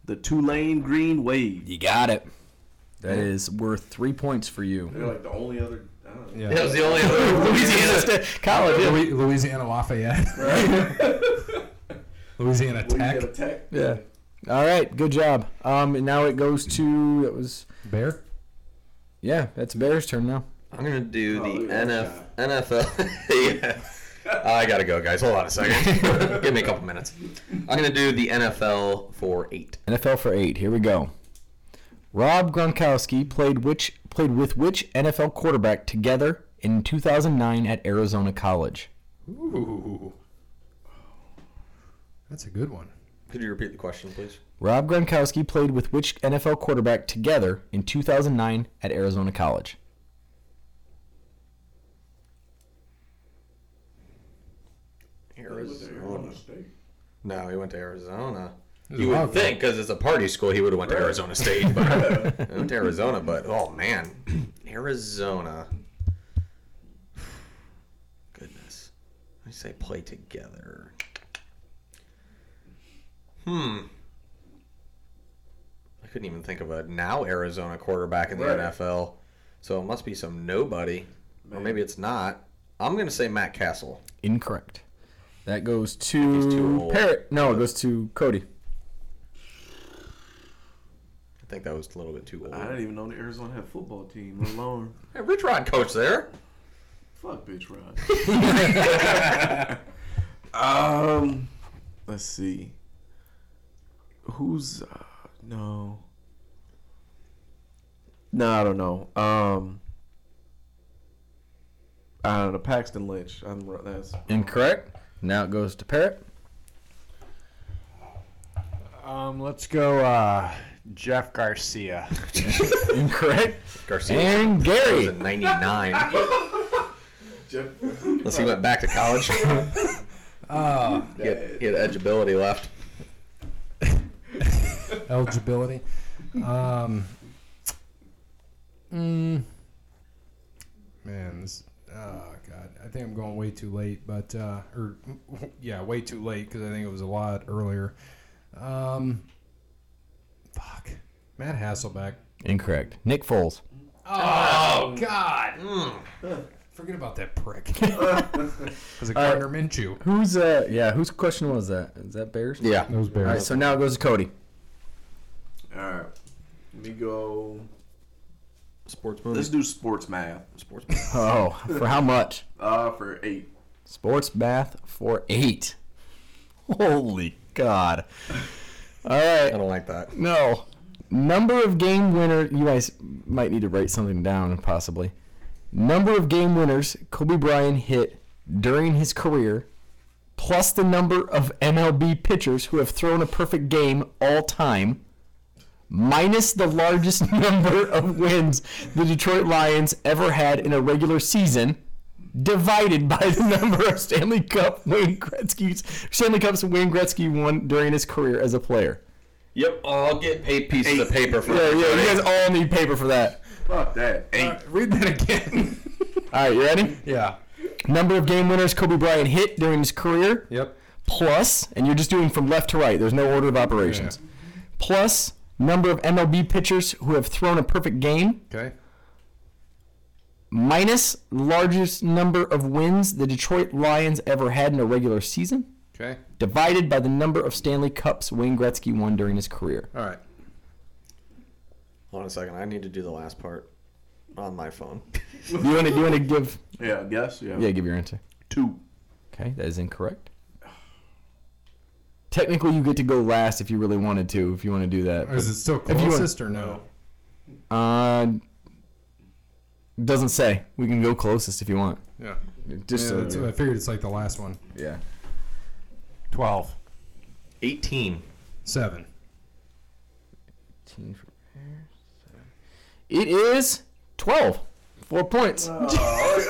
the Tulane Green Wave.
You got it. That is worth three points for you.
They're like the only other. I don't know.
Yeah.
That was the only other
Louisiana
Louisiana.
State College. yeah.
Louis- Louisiana Lafayette. Louisiana Tech.
Louisiana Tech.
Yeah. All right, good job. Um, and now it goes to it was
Bear.
yeah, that's Bear's turn now.
I'm gonna do
Oh, look
the
at
NF,
that
NFL. yeah. I gotta go, guys. Hold on a second. Give me a couple minutes. I'm gonna do the NFL for eight.
NFL for eight. Here we go. Rob Gronkowski played which played with which NFL quarterback together in 2009 at Arizona College?
Ooh. That's a good one.
Could you repeat the question, please?
Rob Gronkowski played with which NFL quarterback together in 2009 at Arizona College?
Arizona.
State.
No, he went to Arizona.
was
You
a
would
wild
think, because it's a party school, he would have went to Arizona State. But he went to Arizona, but oh man, Arizona. Goodness, I say play together. Hmm. I couldn't even think of a now Arizona quarterback in the
Right.
NFL, so it must be some nobody, or
Man.
maybe it's not. I'm gonna say Matt Castle.
Incorrect. That goes
He's too
to
old.
Parrot. No, it goes to Cody.
I think that was a little bit too old.
I didn't even know the Arizona had a football team, let alone.
Hey, Rich Rod coach there.
Fuck, bitch, Rod. um, let's see. Who's uh, no? No, I don't know. Um, I don't know. Paxton Lynch. I'm r- that's
Incorrect. Now it goes to Parrot.
Um, let's go uh, Jeff Garcia.
Incorrect.
Garcia.
And
He was
Gary.
in 99.
Jeff.
Unless he went back to college. he, had,
Uh,
he had edgeability left.
eligibility. Um, mm, man, this, oh God, I think I'm going way too late, but uh, or yeah, way too late because I think it was a lot earlier. Um, fuck, Matt Hasselback.
Incorrect. Nick Foles.
Oh God, hmm. forget about that prick. Was it Gardner Minshew?
Who's uh yeah, whose question was that? Is that Bears?
Yeah.
Those
All right,
Bears.
so now it goes to Cody.
All right. Let me go.
Sports
Let's
movies.
do sports math.
Sports
Oh, for how much?
Uh, for eight.
Sports bath for eight. Holy God. All
I
right.
don't like that.
No. Number of game winner. You guys might need to write something down, possibly. Number of game winners Kobe Bryant hit during his career, plus the number of MLB pitchers who have thrown a perfect game all time, minus the largest number of wins the Detroit Lions ever had in a regular season. Divided by the number of Stanley Cup Wayne Gretzky's Stanley Cups Wayne Gretzky won during his career as a player.
Yep. I'll get eight pieces of paper for
Yeah, yeah, you guys all need paper for that.
Fuck that. Eight.
Read that again.
All right, you ready?
yeah.
Number of game winners Kobe Bryant hit during his career,
Yep.
plus, and you're just doing from left to right, there's no order of operations. Plus, number of MLB pitchers who have thrown a perfect game,
Okay.
minus largest number of wins the Detroit Lions ever had in a regular season,
Okay.
divided by the number of Stanley Cups Wayne Gretzky won during his career.
All right.
Hold on a second. I need to do the last part on my phone.
You want to you want to give
Yeah, yes, yeah.
Yeah, give your answer.
Two.
Okay, that is incorrect. Technically, you get to go last if you really wanted to, if you want to do that.
Is it still
you want-
closest or no?
Uh, doesn't say. We can go closest if you want.
Yeah.
Just
yeah, that's
so,
what I figured it's like the last one.
yeah.
12.
18.
Seven.
It is twelve. Four points.
What are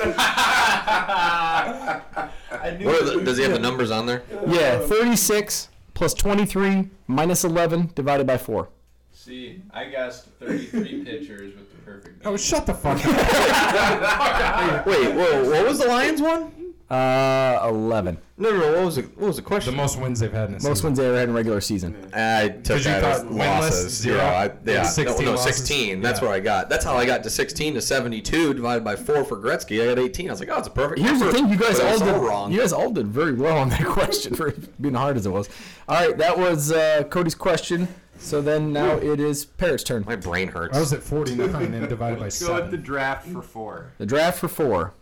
the, does he have the numbers on there?
Yeah, thirty-six plus twenty-three minus eleven divided by four.
See, I guessed 33 pitchers with the perfect.
Oh, shut the fuck up.
Wait, whoa, what was the Lions one?
Uh, eleven.
No, no, no, what was the, what was the
the
question?
most wins they've had in a
Most
season.
wins they ever had in regular season.
I took
you
that
thought
as
winless,
losses.
zero?
Yeah, I,
Like
yeah.
16
no, no,
losses?
16. That's
Yeah.
where I got. That's how I got to 16 to 72 divided by 4 for Gretzky. I got 18. I was like, oh, it's a perfect
Here's the
number.
thing, you guys
But it
all
was
did
wrong.
You guys all did very well on that question for being hard as it was. All right, that was uh, Cody's question. So then now it is Parrot's turn.
My brain hurts.
I was at 49 and divided by
Let's go with the
seven.
draft for four.
The draft for four.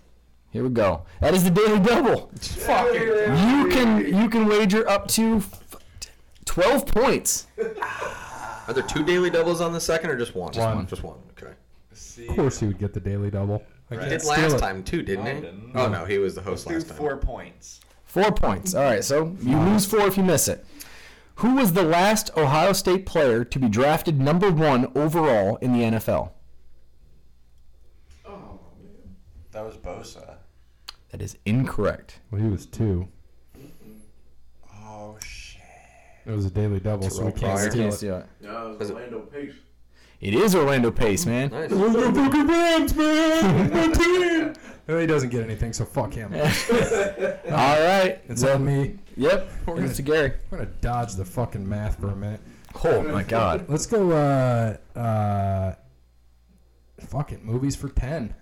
Here we go. That is the daily double.
Fuck it.
You can you can wager up to f- twelve points.
Are there two daily doubles on the second or just one? Just
one.
Just one. Okay.
See,
Of course, he would get the daily double. I
I
can't
did
steal
last
it.
time too, didn't
I
he?
didn't.
Oh no, he was the host last time.
points.
Four points. All right, so you lose four if you miss it. Who was the last Ohio State player to be drafted number one overall in the NFL?
That was Bosa.
That is incorrect.
Well, he was two.
Oh, shit.
It was a daily double, so we can't steal it.
It
No, it was Orlando Pace.
is Orlando Pace, man.
Nice.
Let's go fucking Rams, man! My team! No, he doesn't get anything, so fuck him.
All right.
It's on me.
Yep. It's to Gary.
I'm gonna dodge the fucking math for a minute.
Oh my God.
Let's go. Uh, uh, fuck it, movies for ten.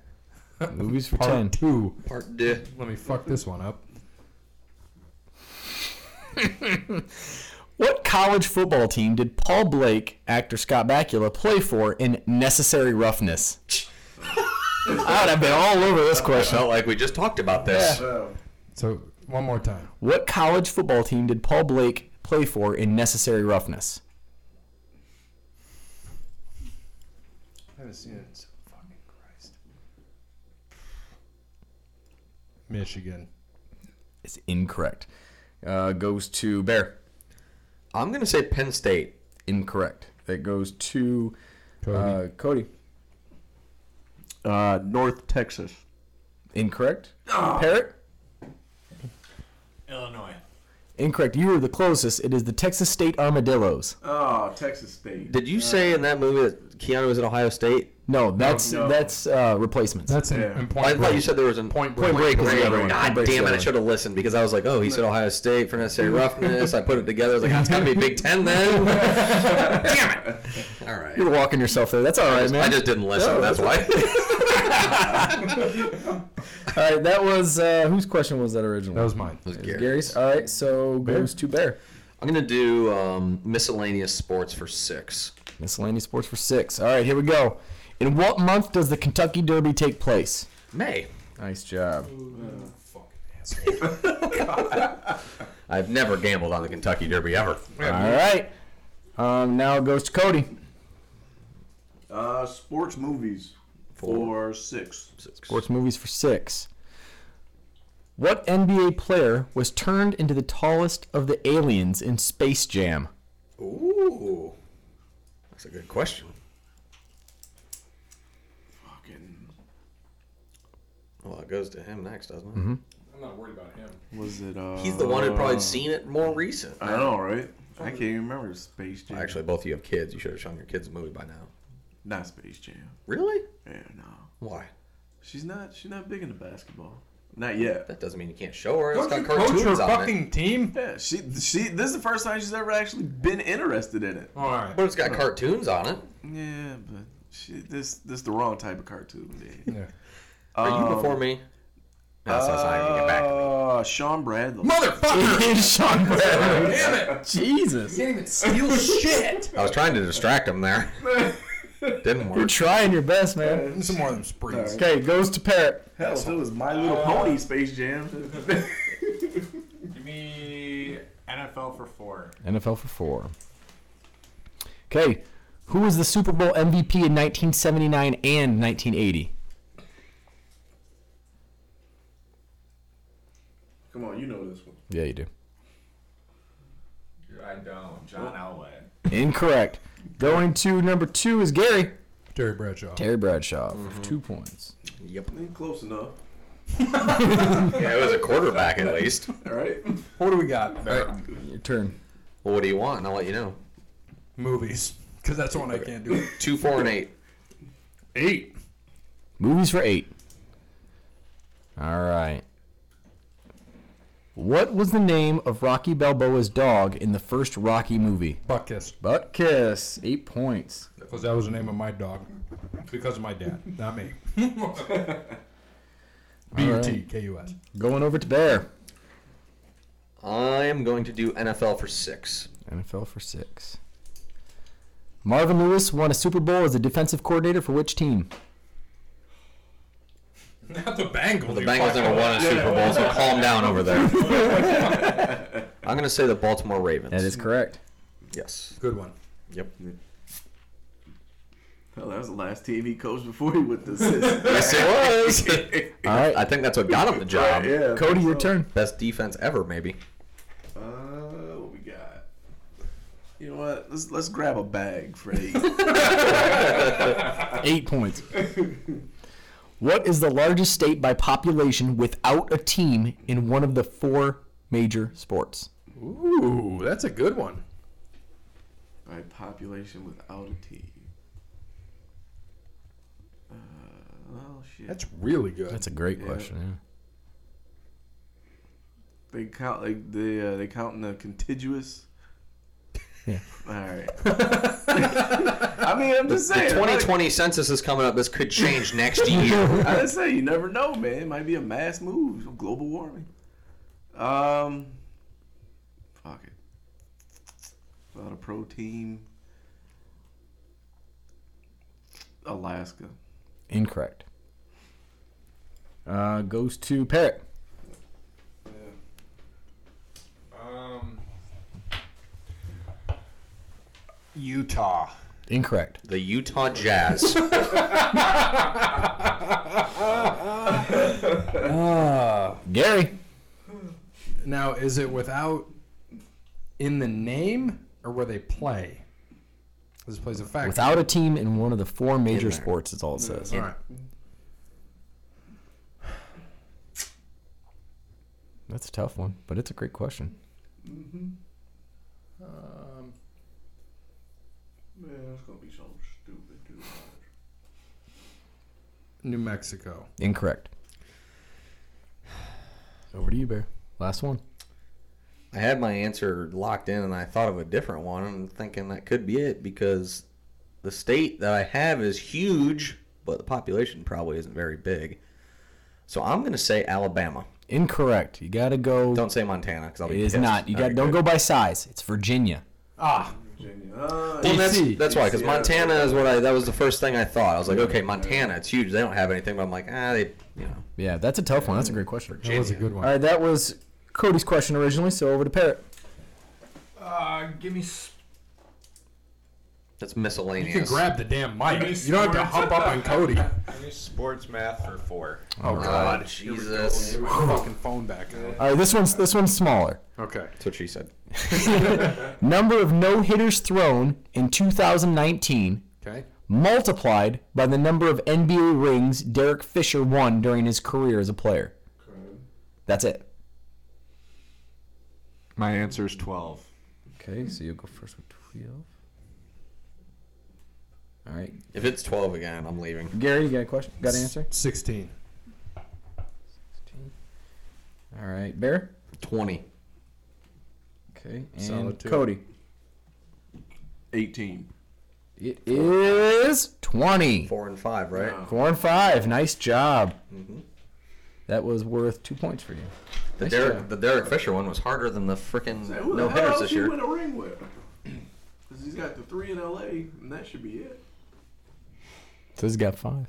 Movies for
Part
ten.
two.
Part D.
Let me fuck this one up.
What college football team did Paul Blake, actor Scott Bakula, play for in Necessary Roughness? I would have been all over this
I
question.
felt like we just talked about this.
So one more time.
What college football team did Paul Blake play for in Necessary Roughness?
I haven't seen it. Fucking Christ. Michigan.
It's incorrect. Uh, goes to Bear.
I'm gonna say Penn State.
Incorrect. That goes to
Cody.
Uh, Cody.
Uh, North Texas.
Incorrect. Parrot.
Illinois.
Incorrect. You were the closest. It is the Texas State Armadillos.
Oh, Texas State.
Did you say in that movie that Keanu was at Ohio State?
No, that's
No.
that's uh, replacements.
That's an
Yeah.
I
important.
thought you said there was a point
Break. Break was the other one. Point
God
Break's the
damn it!
other
I
one.
should have listened because I was like, "Oh, he said Ohio State for necessary roughness." I put it together. I was like, oh, "It's gotta be Big Ten then." damn it! All right.
You're walking yourself there. That's all right, man.
I just didn't listen.
No,
that's why.
all right, that was uh, whose question was that original?
That was mine.
It was Gary.
Gary's. All right, so goes to Bear.
I'm gonna do um, miscellaneous sports for six.
Miscellaneous sports for six. All right, here we go. In what month does the Kentucky Derby take place?
May.
Nice job.
I've never gambled on the Kentucky Derby ever.
All right. Um, now it goes to Cody.
Uh, sports movies. Four, six.
Sports movies for six. What NBA player was turned into the tallest of the aliens in Space Jam?
Ooh, that's a good question.
Fucking.
Well, it goes to him next, doesn't it?
I'm not worried about him.
Was it? Uh,
He's the one who probably seen it more recent.
I know, right? I can't even remember Space Jam.
Actually, both of you have kids. You should have shown your kids the movie by now.
not Space Jam.
Really?
Yeah, no.
Why?
She's not. She's not big into basketball. Not yet.
That doesn't mean you can't show her. It's
Don't
got
you coach your
cartoons on it.
fucking team?
Yeah, she she. This is the first time she's ever actually been interested in it.
All right.
But it's got cartoons on it.
Yeah, but she this this the wrong type of cartoon. Dude.
Yeah.
Are you
Um,
before me? No, so it's not even get back to me.
Uh, Sean Bradley.
Motherfucker!
Sean Bradley.
Damn it!
Jesus.
You can't even steal shit.
I was trying to distract him there. Didn't
You're
work.
trying your best, man.
Some more of them sprees.
Okay, goes to Parrot.
Hell, if it was My Little
Ah.
Pony Space Jam.
Give me NFL for four.
NFL for four. Okay, who was the Super Bowl MVP in 1979 and 1980?
Come on, you know this one.
Yeah, you do.
I don't. John Elway.
Incorrect. Going to number two is Gary.
Terry Bradshaw.
Terry Bradshaw for two points.
Yep.
Ain't Close enough.
Yeah, it was a quarterback at least.
All right.
What do we got?
Your turn.
Well, what do you want? And I'll let you know.
Movies. Because that's the one I can't do.
Two, four, and eight.
Eight.
Movies for eight. All right. What was the name of Rocky Balboa's dog in the first Rocky movie?
Buck kiss.
Butt Kiss. Eight points.
Because that was the name of my dog. Because of my dad, not me. B U T K U S.
Going over to Bear.
I'm going to do NFL for six.
NFL for six. Marvin Lewis won a Super Bowl as a defensive coordinator for which team?
Not the Bengals.
The
you
Bengals
fucking-
never won a Super Bowl, so calm down over there. I'm going to say the Baltimore Ravens.
That is correct.
Yes.
Good one.
Yep.
Hell, that was the last team he coached before he went to assist.
Yes, it was.
All right.
I think that's what got him the job.
yeah.
Cody, your turn.
Best defense ever, maybe.
Uh, what we got? You know what? Let's let's grab a bag for eight.
Eight points. what is the largest state by population without a team in one of the four major sports?
Ooh, that's a good one.
By population without a team. Uh, well, shit.
That's really good.
a great
Yeah.
question.
They count like they uh, they count in the contiguous.
Yeah.
All right. I mean, I'm just
The
saying.
2020 census is coming up. This could change next year.
Like, I just say you never know, man. It might be a mass move of global warming. Um. Fuck it. Without a pro team. Alaska.
Incorrect. Uh, goes to Parrot.
Um. Utah.
Incorrect.
the Utah Jazz.
Gary.
Now, is it without in the name or where they play? This plays a factor.
Without a team in one of the four major
there.
sports is all it says.
All right.
That's a tough one, but it's a great question.
Man, it's gonna be so stupid, dude.
New Mexico.
Incorrect. Over to you, Bear. Last one.
I had my answer locked in and I thought of a different one. I'm thinking that could be it because the state that I have is huge, but the population probably isn't very big. So I'm going to say Alabama.
Incorrect. You gotta go.
Don't say Montana because I'll
it
be
is
pissed.
not. You
All
got.
right,
Don't
good.
go by size. It's Virginia.
Ah,
Virginia. Uh,
Well, that's,
DC.
that's why, because
Yeah.
Montana is what I. That was the first thing I thought. I was like, okay, Montana, it's huge. They don't have anything, but I'm like, ah, they, you know,
Yeah, that's a tough one. That's a great question.
that was a good
All
one.
right, that was Cody's question originally. So over to Parrot.
Uh, give me. s-
that's
You can
miscellaneous.
grab the damn mic. You don't have to hump up on Cody.
Give me sports math for four.
oh God, Jesus,
Get my fucking phone back out.
All right, this one's this one's smaller.
Okay.
that's what she said.
Number of no hitters thrown in 2019
Okay.
multiplied by the number of NBA rings Derek Fisher won during his career as a player. That's it.
My answer is 12.
Okay, so you'll go first with 12. All right,
If it's 12 again, I'm leaving.
Gary, you got a question? Got an answer?
16.
All right, Bear.
20.
Okay, and
Solid two.
Cody.
18.
It is twenty.
Four and five, right?
Four and five. Nice job.
Mm-hmm.
That was worth two points for you.
The,
Nice
Derek,
job.
the Derek Fisher one was harder than the freaking
Say, who the
no
hell
hitters
else
this
he
year.
win a ring with? Because he's got the three in LA, and that should be it.
So he's got five.
Was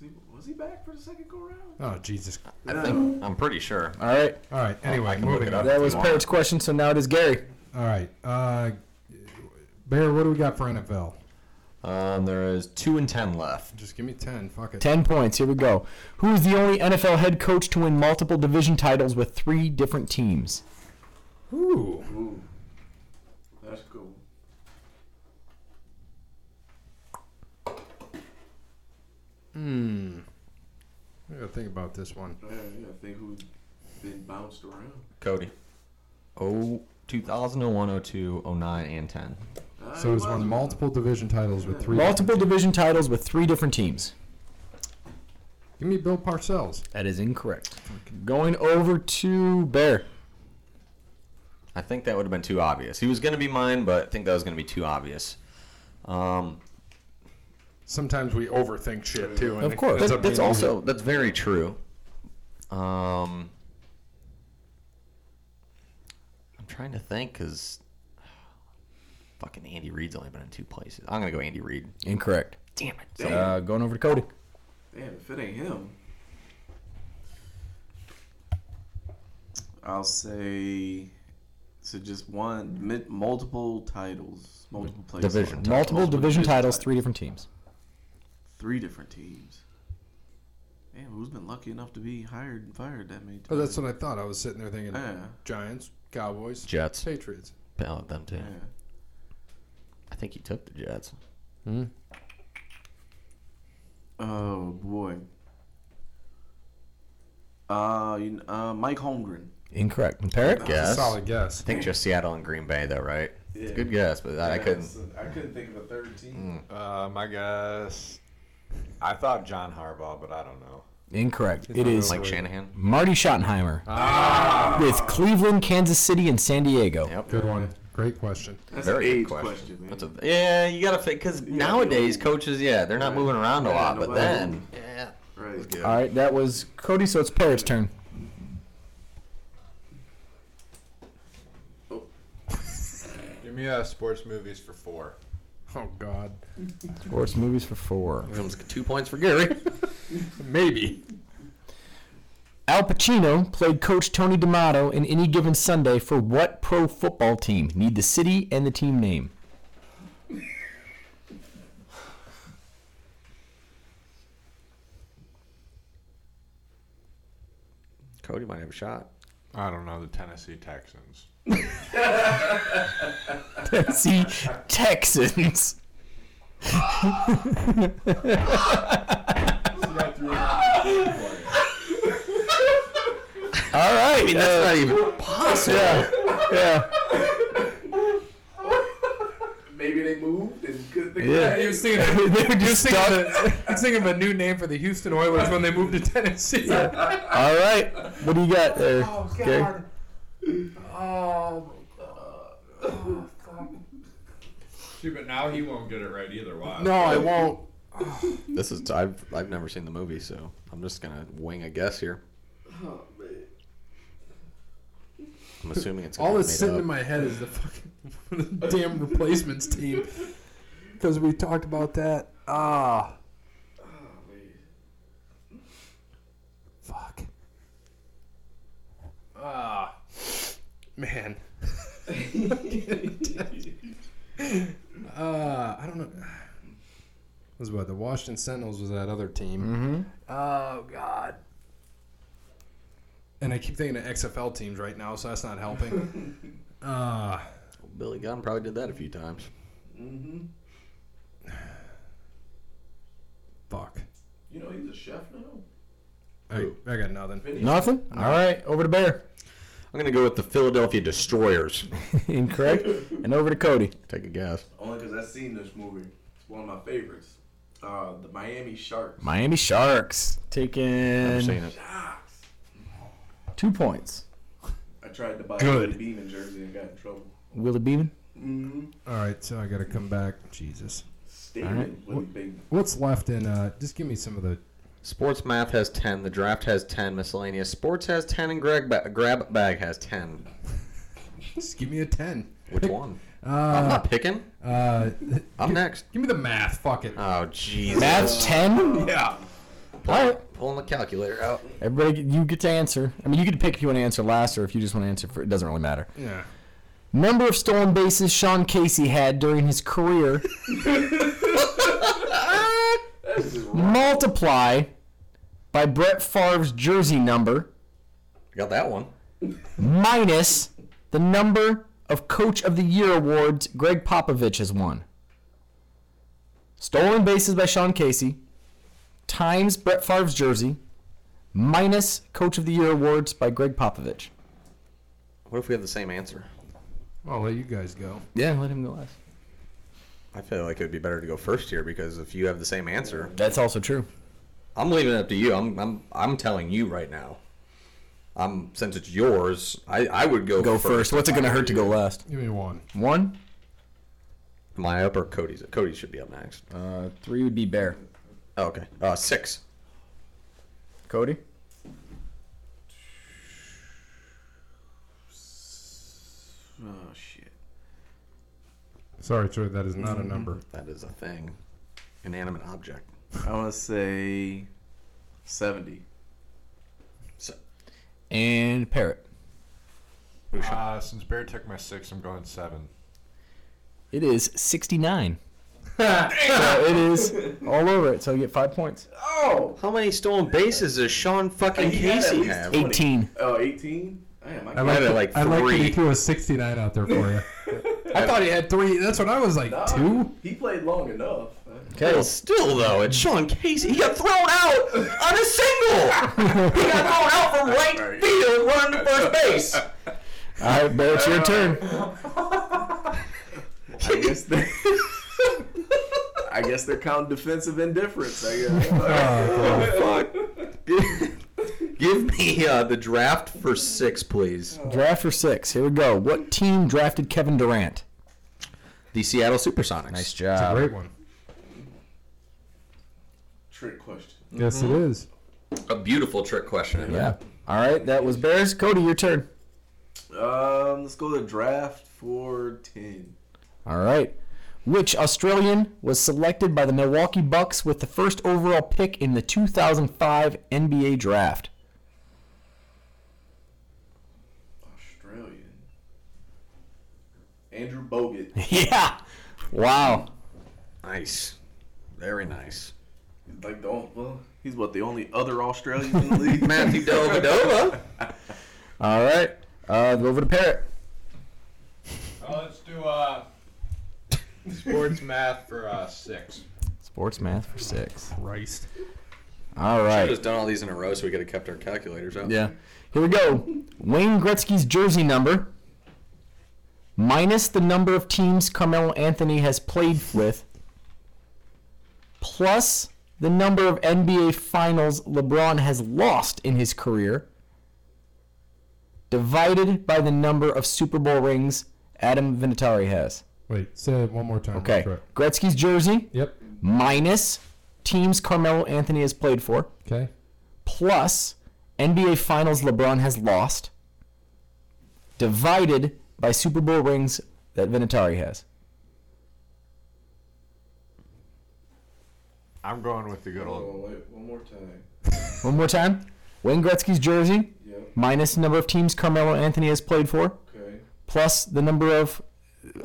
he, was he back for the second go round?
Oh Jesus!
I think I'm pretty sure.
All right.
All right. Anyway, moving on.
That was Parrot's question, so now it is Gary.
All right, uh, Bear. What do we got for NFL?
Um, there is two and ten left.
Just give me ten. Fuck it.
10 points. Here we go. Who is the only NFL head coach to win multiple division titles with three different teams?
Ooh.
Ooh. That's cool.
I gotta think about this one.
Yeah, yeah, I think who's been bounced around.
Cody. Oh, 2001, 02, 09, and 10.
Ah,
So
he
he's won
was-
multiple division titles with three.
Multiple division titles with three different teams.
Give me Bill Parcells.
That is incorrect. Going over to Bear.
I think that would have been too obvious. He was going to be mine, but I think that was going to be too obvious. Um,
Sometimes we overthink shit too. And
Of
it
course.
ends
that-
up
that's
being-
also that's very true. Um, I'm trying to think because fucking Andy Reid's only been in two places. I'm going to go Andy Reid.
Incorrect.
Damn it.
Damn,
Uh, going over to Cody.
damn, if it ain't him. I'll say. So just one, mi- multiple titles, multiple places.
Division.
Multiple division titles, three different teams.
Three different teams. Damn, who's been lucky enough to be hired and fired that many times?
Oh, that's what I thought. I was sitting there thinking
Yeah.
Giants, Cowboys,
Jets.
Patriots.
Ballot them too.
Yeah.
I think he took the Jets.
Oh boy. Uh, you, kn- uh, Mike Holmgren.
Incorrect. And Parrot?
Guess.
Solid guess.
I think just Seattle and Green Bay, though, right? It's a
Yeah.
good guess, but I I couldn't. Hmm.
I couldn't think of a third team.
Uh, my guess. I thought John Harbaugh, but I don't know.
Incorrect. It is
Mike Shanahan.
Marty Schottenheimer with Cleveland, Kansas City, and San Diego.
Yep.
Good one. Great question.
That's
Very
an
good
age
question.
question. man.
That's a, yeah, you gotta think because nowadays coaches, yeah, they're not moving around a
Yeah,
lot, but
nobody-
then yeah,
right.
All right, that was Cody, so it's Parrot's turn.
Give me uh, sports movies for four.
Oh God.
Sports movies for four.
comes two points for Gary.
Maybe.
Al Pacino played coach Tony D'Amato in any given Sunday for what pro football team? Need the city and the team name.
Cody might have a shot.
I don't know the Tennessee Texans.
Tennessee Texans. All right. Uh,
That's not even possible.
yeah. Yeah.
Maybe they moved and couldn't think
Yeah.
of
He
a
was
name.
thinking.
They were
He
just
was thinking,
stuck.
of, he was thinking of a new name for the Houston Oilers when they moved to Tennessee.
All right. What do you got there? Gary?
Shoot, but now he won't get it right either. Wow.
No, I won't.
This is I've I've never seen the movie, so I'm just gonna wing a guess here.
Oh, man.
I'm assuming it's
All that's sitting in my head is the fucking the damn replacements team. Because we talked about that. Ah,
Oh, man.
fuck. Ah, man. uh, I don't know. It was what the Washington Sentinels was that other team. Mm-hmm. Oh God. And I keep thinking of XFL teams right now, so that's not helping. uh,
Billy Gunn probably did that a few times.
fuck.
You know he's a chef now.
I, I got nothing.
Nothing? All right. Over to Bear.
I'm gonna go with the Philadelphia Destroyers.
Incorrect. And over to Cody.
Take a guess.
Only because I've seen this movie. It's one of my favorites. Uh, the Miami Sharks.
Miami Sharks taking
Never seen it.
Sharks.
Two points.
I tried to buy
Good.
a Beeman jersey and got in trouble.
Willie Beeman.
Mm-hmm.
All right, so I got to come back. Jesus.
Stated
All right.
Willie Beeman.
What's left in? Uh, just give me some of the.
Sports math has 10. The draft has 10. Miscellaneous sports has 10. And Greg ba- grab bag has 10.
Just give me a ten.
Which one? I'm
Uh,
not picking.
uh,
I'm next.
give me the math. Fuck it.
Oh, Jesus.
Math ten.
Yeah.
Pull- Pulling the calculator out.
Everybody, you get to answer. I mean, you get to pick if you want to answer last or if you just want to answer. For, it doesn't really matter.
Yeah.
Number of stolen bases Sean Casey had during his career. multiply by Brett Favre's jersey number
I got that one.
minus the number of Coach of the Year awards Greg Popovich has won. Stolen bases by Sean Casey times Brett Favre's jersey minus Coach of the Year awards by Greg Popovich.
What if we have the same answer?
I'll let you guys go.
Yeah, let him go last.
I feel like it would be better to go first here because if you have the same answer,
That's also true.
I'm leaving it up to you. I'm I'm I'm telling you right now. I'm since it's yours, I, I would go
Go first. What's it going to hurt to go last?
Give me one.
One,
My upper Cody's Cody should be up next.
uh, three would be Bear.
Oh, okay. Uh, six.
Cody?
Oh shit.
Sorry, sir. That is not a number.
That is a thing. Inanimate object.
I want to say seventy.
So,
And Parrot.
Uh, since Bear took my six, I'm going seven.
It is 69. so it is all over it. So you get five points.
Oh.
how many stolen bases does Sean fucking
He had at
Casey
least
have?
20.
18.
Oh, 18? Damn, I
I
got
like,
had it
that-
like
I like that he
three.
threw a 69 out there for you. I thought he had three. That's what I was like.
Nah,
Two?
He played long enough.
Well, still though, it's Sean Casey. He got thrown out on a single. he got thrown out from right field, running to first base.
All right, Bear, it's your turn.
I guess they. I guess they're counting defensive indifference. I
Oh,
guess.
Give me uh, the draft for six, please.
Draft for six. Here we go. What team drafted Kevin Durant?
The Seattle Supersonics.
That's a
job.
great one.
Trick question.
Yes, it is.
A beautiful trick question.
Yeah. All right, that was Bears. Cody, your turn.
Um, let's go to draft for ten.
All right. Which Australian was selected by the Milwaukee Bucks with the first overall pick in the 2005 NBA draft?
Australian. Andrew Bogut.
yeah. Wow.
Nice. Very nice.
Like the only, well, he's what the only other Australian in the league.
Matthew Dellavedova.
All right. Uh, go over to Parrot.
Oh, let's do uh, sports math for uh, six.
Sports math for six.
Christ.
All right.
Just done all these in a row, so we could have kept our calculators out.
Yeah. Here we go. Wayne Gretzky's jersey number minus the number of teams Carmelo Anthony has played with plus the number of NBA finals LeBron has lost in his career divided by the number of Super Bowl rings Adam Vinatieri has.
Wait, say it one more time.
Okay.
Try it.
Gretzky's jersey
Yep.
minus teams Carmelo Anthony has played for
Okay.
plus NBA Finals LeBron has lost, divided by Super Bowl rings that Vinatieri has.
I'm going with the good old.
Oh, wait, one more time.
One more time. Wayne Gretzky's jersey
Yep.
minus the number of teams Carmelo Anthony has played for,
Okay.
plus the number of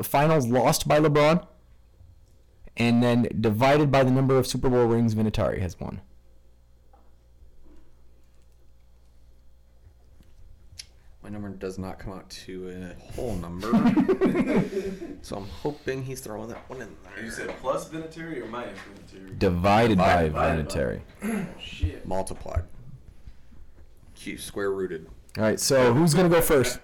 finals lost by LeBron, and then divided by the number of Super Bowl rings Vinatieri has won.
My number does not come out to a whole number, so I'm hoping he's throwing that one in
You
there.
said plus Vinatieri or minus Vinatieri?
Divided
Divided, by
by-
Vinatieri.
Shit.
Multiplied. Q square rooted.
All right, so who's going to go first?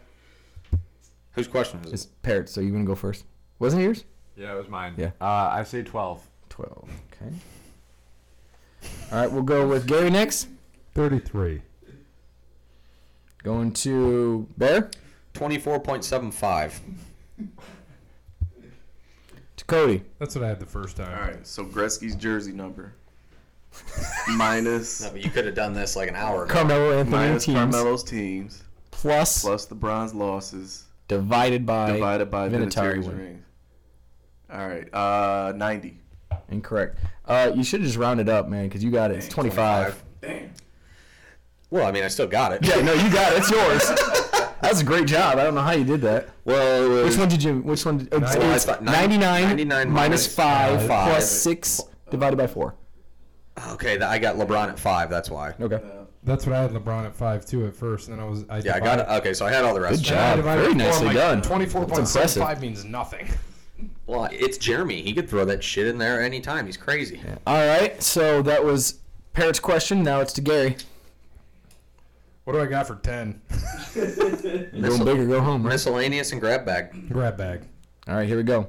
Whose question is
It's
it?
Parrot, so you're going to go first. Wasn't it yours?
Yeah, it was mine.
Yeah.
Uh, I say twelve.
12. Okay. All right, we'll go with Gary next.
33.
Going to Bear
Twenty-four point seven five.
to Cody.
That's what I had the first time.
All right, so Gretzky's jersey number minus
No, but you could have done this like an hour ago.
Carmelo Anthony
minus
teams
Carmelo's teams
plus
plus the bronze losses
divided by
divided by
Vinatieri
Vinatieri's
win.
rings. All right, uh, ninety.
Incorrect. Uh, you should have just rounded up, man, because you got it. It's 25.
Well, I mean, I still got it.
Yeah, no, you got it. It's yours. That's a great job. I don't know how you did that.
Well, it was,
Which one did you? Which one? Did, oh,
Nine-
it was
I thought nine-
99,
99
minus
minus
5,
five. Five.
plus 6 divided by 4.
Okay, th- I got LeBron at five. That's why.
Okay.
That's what I had LeBron at five two at first, and then I was I
Yeah, I got it. Okay, so I had all the rest.
Good
of it.
job. Very nicely done.
Twenty four point
That's
seven
impressive.
five means nothing.
Well, it's Jeremy. He could throw that shit in there anytime. He's crazy.
All right. So that was Parrot's question. Now it's to Gary.
What do I got for ten?
You're going big or go home, right?
Miscellaneous and grab bag.
Grab bag.
All right, here we go.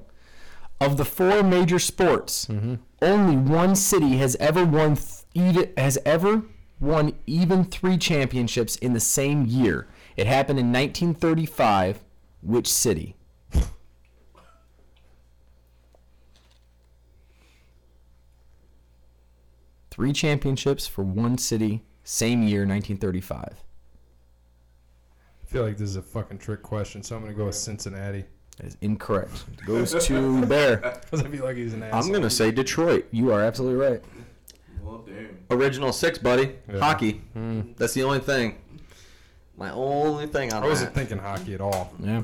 Of the four major sports, only one city has ever won th- ed- has ever won even three championships in the same year. It happened in 1935. Which city? Three championships for one city, same year, 1935.
I feel like this is a fucking trick question, so I'm gonna go with Cincinnati.
That is incorrect. Goes to Bear.
Because I feel like he's an asshole.
I'm gonna say Detroit.
You are absolutely right.
Well, damn.
Original six, buddy.
Yeah. Hmm.
Hockey. That's the only thing. My only thing on
I wasn't
that.
thinking hockey at all.
Yeah.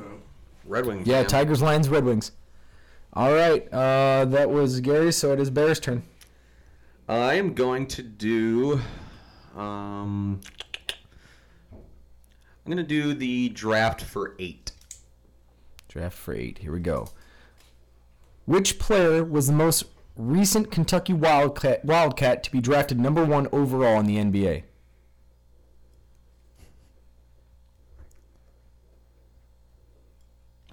Red Wings.
Yeah,
man.
Tigers, Lions, Red Wings. All right, uh, that was Gary, so it is Bear's turn.
I am going to do. Um, I'm gonna do the draft for eight.
Draft for eight. Here we go. Which player was the most recent Kentucky Wildcat, Wildcat to be drafted number one overall in the NBA?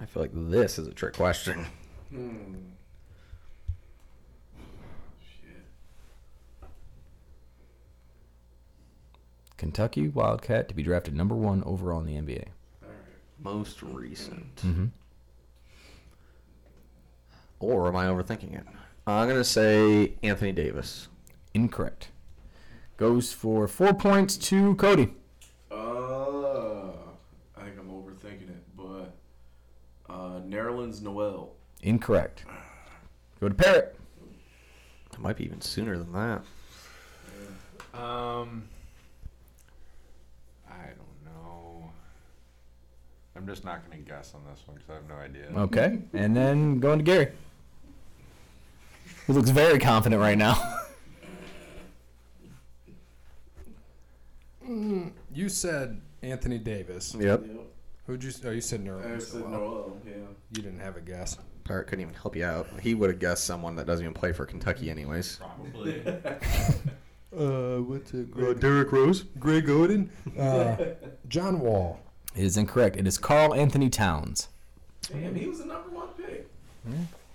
I feel like this is a trick question.
Kentucky Wildcat to be drafted number one overall in the NBA.
Most recent.
Mm-hmm.
Or am I overthinking it? I'm gonna say Anthony Davis.
Incorrect. Goes for four points to Cody.
Uh, I think I'm overthinking it, but uh, Nerlens Noel.
Incorrect. Go to Parrot.
It might be even sooner than that.
Um, I don't know. I'm just not going to guess on this one because I have no idea.
Okay. And then going to Gary. He looks very confident right now.
You said Anthony Davis.
Yep.
Who'd you? Oh, you said
I
Nerlens.
said
Noel.
Noel. Yeah.
You didn't have a guess.
Parrot couldn't even help you out. He would have guessed someone that doesn't even play for Kentucky, anyways.
Probably.
Uh, what's it? Greg, Derek Rose, Greg Oden, uh, John Wall.
It is incorrect. It is Carl Anthony Towns.
Damn, he was the number one pick.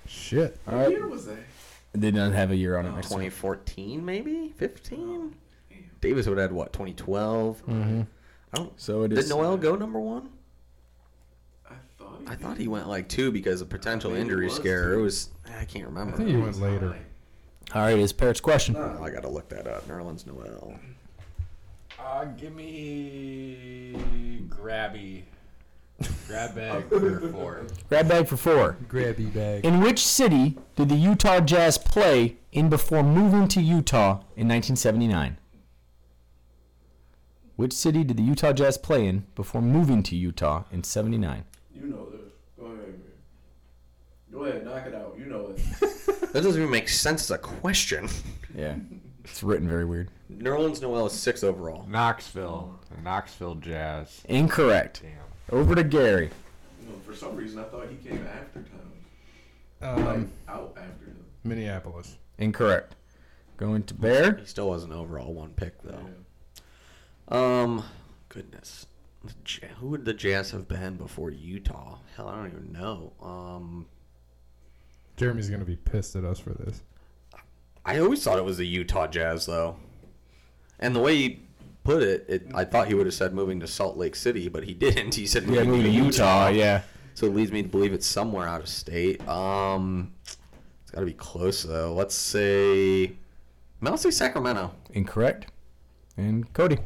Shit.
All
What
right.
year was that?
They didn't have a year on it. next year.
2014, maybe 15. Davis would have had what 2012. I don't.
So it
Did
is.
Noel go number one?
I thought he.
I thought he went like two because of potential
I think it
injury
was
scare.
two.
It was I
I think
can't remember.
he went later.
All right, it is Parrot's question.
Oh, I gotta look that up. Nerlens Noel.
uh, give me grabby. Grab bag for four.
Grab bag for four.
Grabby bag.
In which city did the Utah Jazz play in before moving to Utah in 1979? Which city did the Utah Jazz play in before moving to Utah in 79?
You know this. Go ahead. man. Go ahead, knock it out. You know it.
That doesn't even make sense as a question.
Yeah. It's written very weird.
Nerlens Noel is six overall.
Knoxville. The Knoxville Jazz.
Incorrect.
Damn.
Over to Gary.
No, for some reason, I thought he came after Tom. Like,
Um,
out after him.
Minneapolis.
Incorrect. Going to Bear.
He still wasn't overall one pick though. Um, goodness, The Ja- who would the Jazz have been before Utah? Hell, I don't even know. Um,
Jeremy's gonna be pissed at us for this.
I always thought it was the Utah Jazz though, and the way put it, it I thought he would have said moving to Salt Lake City, but he didn't. He said
Yeah,
moving
moving to Utah. Yeah.
So it leads me to believe it's somewhere out of state. Um, it's got to be close though. Let's say, no, let's say Sacramento.
Incorrect. And Cody.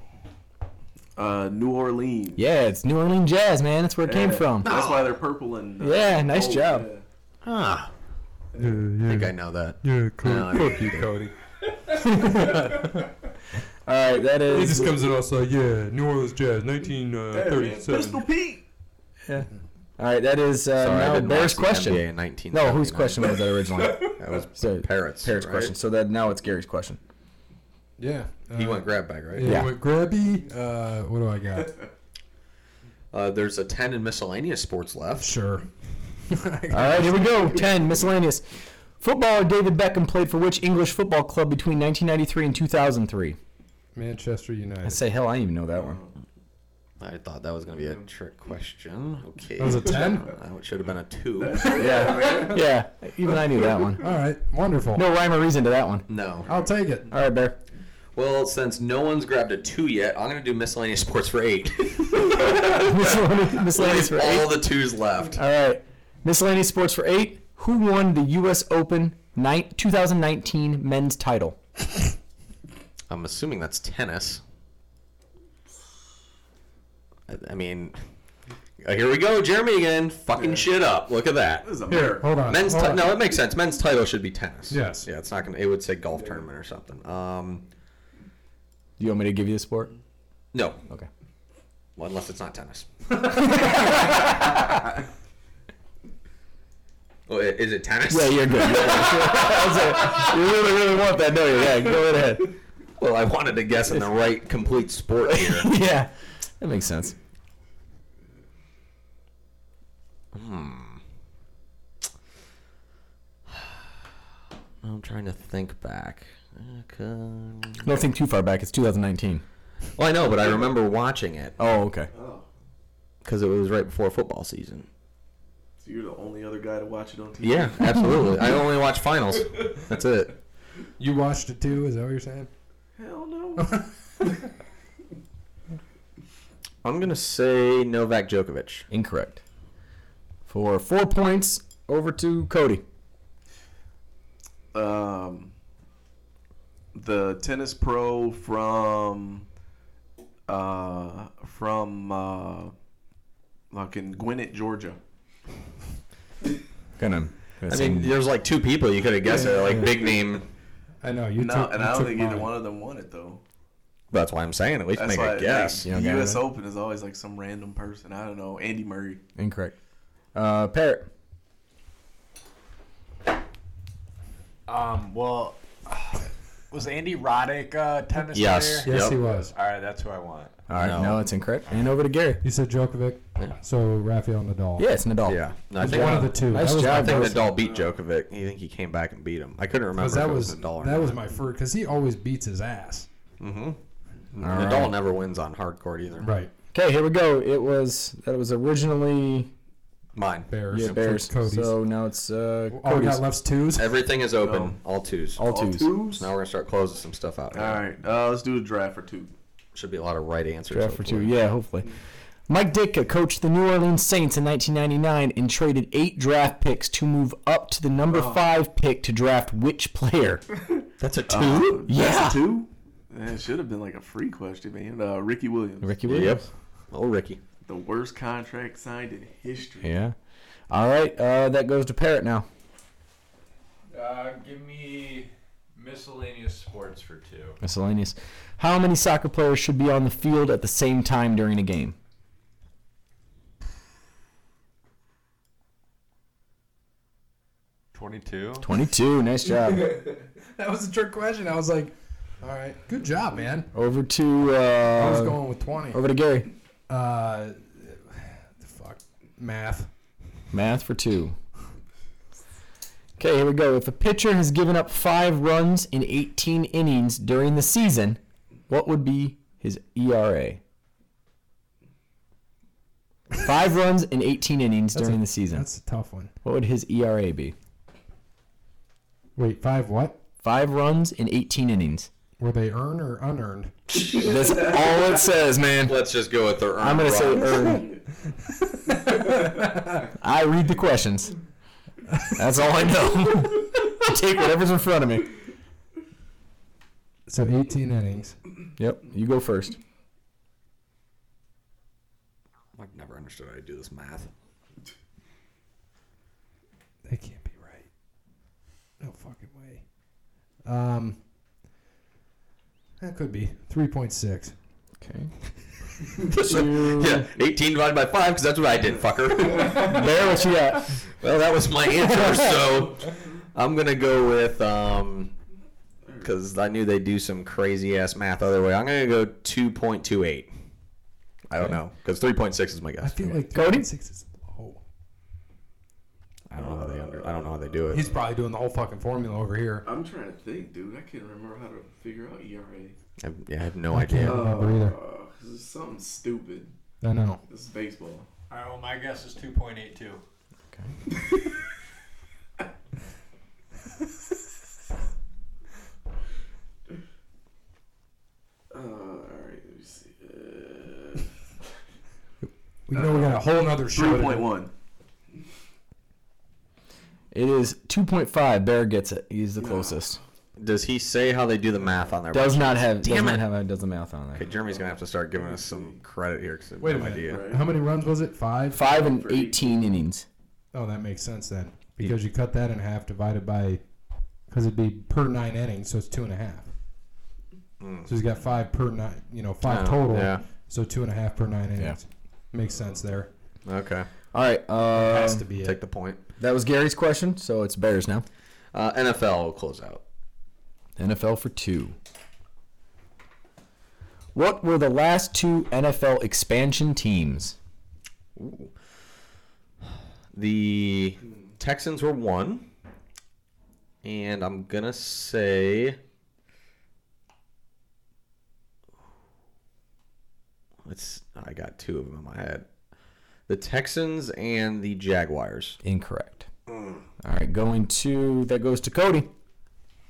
Uh, New Orleans.
Yeah, it's New Orleans Jazz, man. That's where it came
Yeah.
from.
That's why they're purple and. uh,
Yeah, nice
gold,
job.
yeah.
Huh.
Ah.
Yeah,
I think
yeah,
I know that.
yeah,
No, I-
Fuck you, Cody.
All right, that
He
is.
just comes in all so yeah, New Orleans Jazz, uh,
Yeah, man,
1937.
Pistol Pete.
All right, that is uh,
Sorry, I
now
didn't
Bear's
watch the
question.
NBA in 1979.
No, whose question was that originally?
That was
So,
Parrots.
Parrot's
right?
question. So that now it's Gary's question.
yeah.
He
uh,
went grab bag, right?
Yeah,
Yeah.
Went grabby. Uh, what do I got?
Uh, there's a 10 in miscellaneous sports left.
sure.
All right, here we go. 10, miscellaneous. Footballer David Beckham played for which English football club between 1993 and 2003?
Manchester United.
I say, hell, I didn't even know that one.
I thought that was going to be a trick question. Okay.
That was a 10?
Uh, it should have been a 2.
Yeah, yeah, even I knew that one.
All right, wonderful.
No rhyme or reason to that one.
No.
I'll take it.
All right, Bear.
Well, since no one's grabbed a 2 yet, I'm going to do miscellaneous sports for 8.
Miscellaneous miscellaneous
Leave
for
all
eight.
the 2s left.
All right, miscellaneous sports for eight. Who won the U.S. Open ni- 2019 men's title?
I'm assuming that's tennis. I, I mean, uh, here we go, Jeremy again, fucking shit up. Look at that.
This is
Here,
America.
hold on.
Men's
hold
ti-
on.
no, it makes sense. Men's title should be tennis.
Yes.
Yeah, it's not gonna. It would say golf tournament or something. Um,
You want me to give you the sport?
no,
Okay.
well, unless it's not tennis. oh, i- is it tennis?
Yeah, you're good. You're, good. I was like, you really, really want that, don't you? Yeah, go right ahead.
Well, I wanted to guess in the right complete sport here.
yeah, that makes sense.
I'm trying to think back. Okay.
Don't think too far back. It's 2019.
Well, I know, but I remember watching it
Oh, okay.
Oh,
because it was right before football season.
so you're the only other guy to watch it on TV.
Yeah, absolutely. I only watch finals. That's it.
You watched it too? Is that what you're saying?
Hell no.
I'm gonna say Novak Djokovic.
Incorrect. For four points, over to Cody.
um, the tennis pro from uh, from uh, like in Gwinnett, Georgia.
Gonna. gonna
I
say-
mean, there's like two people you could have guessed it, like big name.
I know you
No,
took.
and
you
I don't
took
think either
mine.
one of them won it though.
That's why I'm saying at least
That's
make
why
a
like,
guess.
Yeah. You don't
the
got
U.S.
it?
Open is always like some random person. I don't know. Andy Murray.
Incorrect. Uh, Parrot.
Um, well, was Andy Roddick uh, tennis
Yes.
player?
Yes,
Yep.
he was.
All right, that's who I want.
All right,
No.
no. it's incorrect. And over to Gary.
You said Djokovic.
Yeah.
So Rafael Nadal.
Yeah, it's Nadal.
No, I
He's
think
one of the two.
Nice
that was
job.
my
I think
first-
Nadal beat Djokovic. You think he came back and beat him? I couldn't remember.
'cause
if
that
it
was
Nadal. Or
that was my first because he always beats his ass.
not. Nadal never wins on hard court either.
Right.
Okay, here we go. It was that was originally
Mine.
Bears.
yeah,
for
Bears.
Cody's.
So now it's uh,
all we
Cody's.
got left's twos.
Everything is open. All twos.
all twos.
Twos.
Now we're gonna start closing some stuff out.
All right. Uh, let's do the draft for two.
Should be a lot of right answers.
Draft for two.
hopefully.
Yeah, hopefully. Mike Ditka coached the New Orleans Saints in 1999 and traded eight draft picks to move up to the number five pick to draft which player?
That's a two.
Yeah.
Uh, That's a two. Man, it should have been like a free question, man. Uh, Ricky Williams,
Ricky
yep.
Williams.
Oh, Ricky.
the worst contract signed in history.
Yeah. All right, uh, that goes to Parrot now.
Uh, give me miscellaneous sports for two.
Miscellaneous. How many soccer players should be on the field at the same time during a game?
Twenty-two.
22. Nice job.
That was a trick question. I was like, all right, good job, man.
over to
I was
uh,
going with twenty.
over to Gary.
Uh, fuck math.
Math for two. Okay, here we go. If a pitcher has given up five runs in 18 innings during the season, what would be his E ERA? Five runs in 18 innings
That's
during
a-
the season.
That's a tough one.
What would his ERA be?
Wait, five what?
Five runs in 18 innings.
Were they earned or unearned?
That's all it says, man.
Let's just go with their.
I'm gonna say earn. I read the questions. That's all I know. I take whatever's in front of me.
So 18 innings.
Yep, you go first.
I've never understood how to do this math.
That can't be right. No fucking way. Um, that could be 3.6.
Okay.
yeah, 18 divided by 5 because that's what I did, fucker.
Bear, what you got?
well, that was my answer, so I'm gonna go with um, because I knew they'd do some crazy ass math other way. I'm gonna go 2.28. I don't know because 3.6 is my
I
guess.
feel like
Cody?
3.6 is low.
I don't know how they under, I don't know how they do it.
He's probably doing the whole fucking formula over here.
I'm trying to think, dude. I can't remember how to figure out E ERA.
I, yeah, I have no
I can't
idea.
remember either.
Uh, 'cause it's something stupid.
I know.
This is baseball.
All right, well, my guess is 2.82.
Uh, all right, let me see. Uh,
We know we got a whole nother show. to do.
3.1.
It is 2.5. Bear gets it. He's the closest.
Does he say how they do the math on their?
Does not have.
Damn
does
it.
not have. Does the math on
Okay,
there.
Jeremy's gonna have to start giving us some credit here because
Wait a
no
minute.
idea.
Right.
How many runs was it? Five?
Five and
For each.
18 innings.
Oh, that makes sense then. Because you cut that in half divided by, because it'd be per nine innings, so it's two and a half. So he's got five per nine, you know, five
Mm. Oh,
total.
yeah.
So two and a half per nine innings. Makes sense there.
Okay,
All right.
Has
Uh,
to be
take
it.
the point.
that was Gary's question, so it's Bears now.
Uh, NFL will close out.
NFL for two. What were the last two NFL expansion teams?
The Texans were one, and I'm gonna say. Let's. I got two of them in my head. The Texans and the Jaguars.
Incorrect. All right, going to that goes to Cody.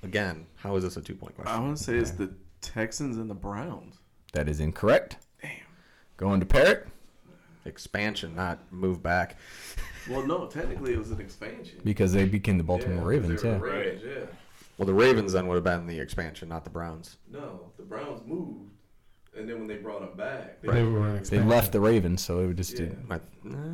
Again, how is this a two point
I
question?
want to say it's the Texans and the Browns.
That is incorrect. Damn. Going to Parrot
Expansion, not move back.
Well, no, technically it was an expansion.
because they became the Baltimore Ravens.
They
Yeah.
were Ravens, yeah.
Well, the Ravens then would have been the expansion, not the Browns.
No, the Browns moved, and then when they brought them back, they,
They were an
They
expansion.
left the Ravens, so it would just.
yeah,
My- eh.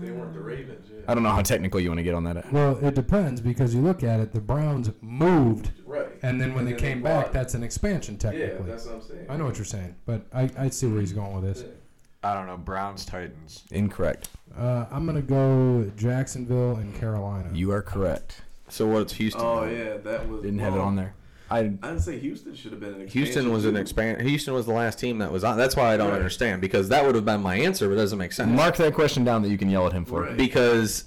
they weren't the Ravens. Yeah,
I don't know how technical you want to get on that.
Well, it depends because you look at it, the Browns moved,
right.
and then when they
And then they
came back,
bought-
that's an expansion
yeah,
technically.
that's what I'm saying.
I know what you're saying, but I, I see where he's going with this.
I don't know. Browns Titans.
Incorrect.
Uh, I'm going to go Jacksonville and Carolina.
You are correct.
So what's Houston?
Oh
then?
yeah, that was
Didn't have it
well,
on there. I
I didn't say Houston should have been an expansion.
Houston was an
too.
expand. Houston was the last team that was on. That's why I don't
Right.
understand because that would have been my answer, but it doesn't make sense.
mark that question down that you can yell at him for.
Right.
because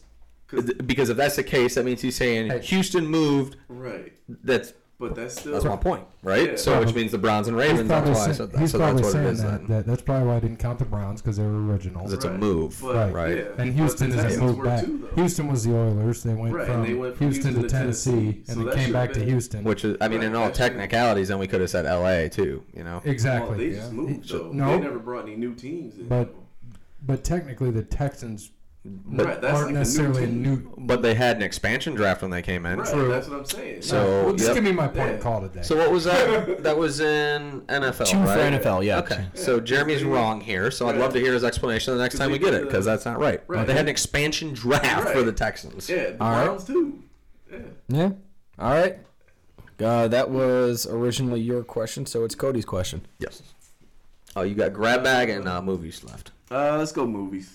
because if that's the case, that means he's saying Houston moved.
Right,
That's
but that's still
that's my point, right?
Yeah.
So which means the Browns and
He's
Ravens. That's
probably,
why I
sa-
said that.
he's
So that's
probably
what it
saying
is
that,
then.
that. That's probably why I didn't count the Browns because they were original.
'Cause it's a
Right.
move.
But,
Right.
Yeah.
And
but
Houston
the
is a
Texans
move
were
back.
too, though.
Houston was the Oilers. They went,
Right,
from,
and they went from
Houston, to Tennessee,
so
and
that
then came
should've
back to
been-
Houston.
Which is, I mean, in all
Right.
technicalities, then we could have said L.A. too. You know,
exactly.
Well, they just
Yeah. It-
moved though.
no,
They never brought any new teams. In.
But- but technically the Texans
right, that's
aren't
like
necessarily
a new team.
new.
but they had an expansion draft when they came in.
Right,
True.
that's what I'm saying.
So-
well, just
yep.
give me my point
Yeah.
and call today.
So what was that? that was in NFL,
Two for
right?
NFL, yeah.
Okay. So Jeremy's wrong here. So I'd love to hear his explanation the next time we get it because that's not right.
Right.
They had an expansion draft for
Right.
the Texans.
yeah, the
All right.
Browns too. Yeah.
Yeah. All right. Uh, that was originally your question, so it's Cody's question.
Yes. Oh, you got grab bag and uh, movies left.
Uh, let's go movies.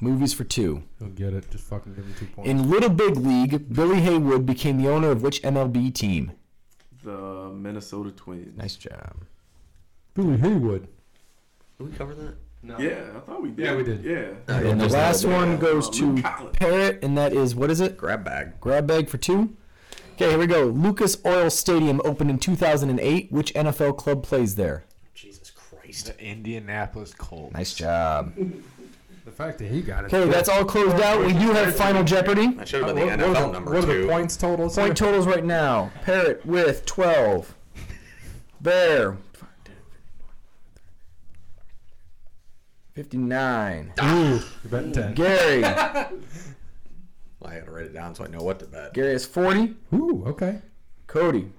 Movies for two.
You'll get it. Just fucking give them two points.
In Little Big League, Billy Haywood became the owner of which MLB team?
The Minnesota Twins.
Nice job.
Billy Haywood.
Did we cover that?
Yeah, I thought we did.
Yeah, we did.
Yeah.
And the
just a
last
little bit.
one goes to Parrot, and that is what is it?
Grab bag.
Grab bag for two. Okay, here we go. Lucas Oil Stadium opened in 2008. Which NFL club plays there?
Jesus Christ.
The Indianapolis Colts.
Nice job.
The fact that he got it.
Okay, that's all closed out. We do have Final Jeopardy.
That should
what,
have been
what
the
are
NFL
the,
number
what are
two.
the points totals?
Point totals right now. Parrot with 12. Bear 59.
Ooh, you're betting ten.
Gary.
I had to write it down so I know what to bet.
Gary is 40.
Ooh, okay.
Cody,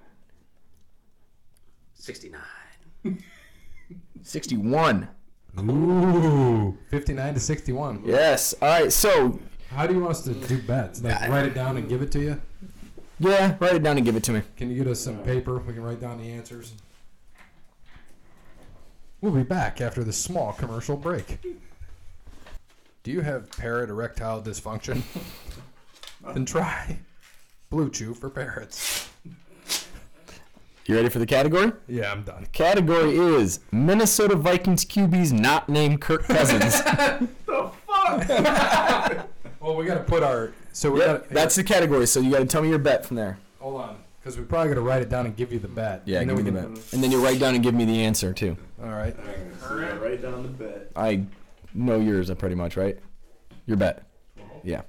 69.
61.
Ooh, fifty-nine to sixty-one.
Yes. All right. So,
How do you want us to do bets? Like write it down and give it to you?
yeah, write it down and give it to me.
Can you get us some paper? We can write down the answers. We'll be back after this small commercial break. Do you have parrot erectile dysfunction? then try Blue Chew for parrots.
You ready for the category?
Yeah, I'm done.
Category is Minnesota Vikings QBs not named Kirk Cousins.
Well, we got to put our so we
Yep,
got
that's the category. So you got to tell me your bet from there.
hold on because we probably got to write it down and give you the bet. and then
give me
we
the bet. And then you write down and give me the answer too.
All right.
So yeah, write down the bet.
I know yours uh, pretty much, right? Your bet. Yeah.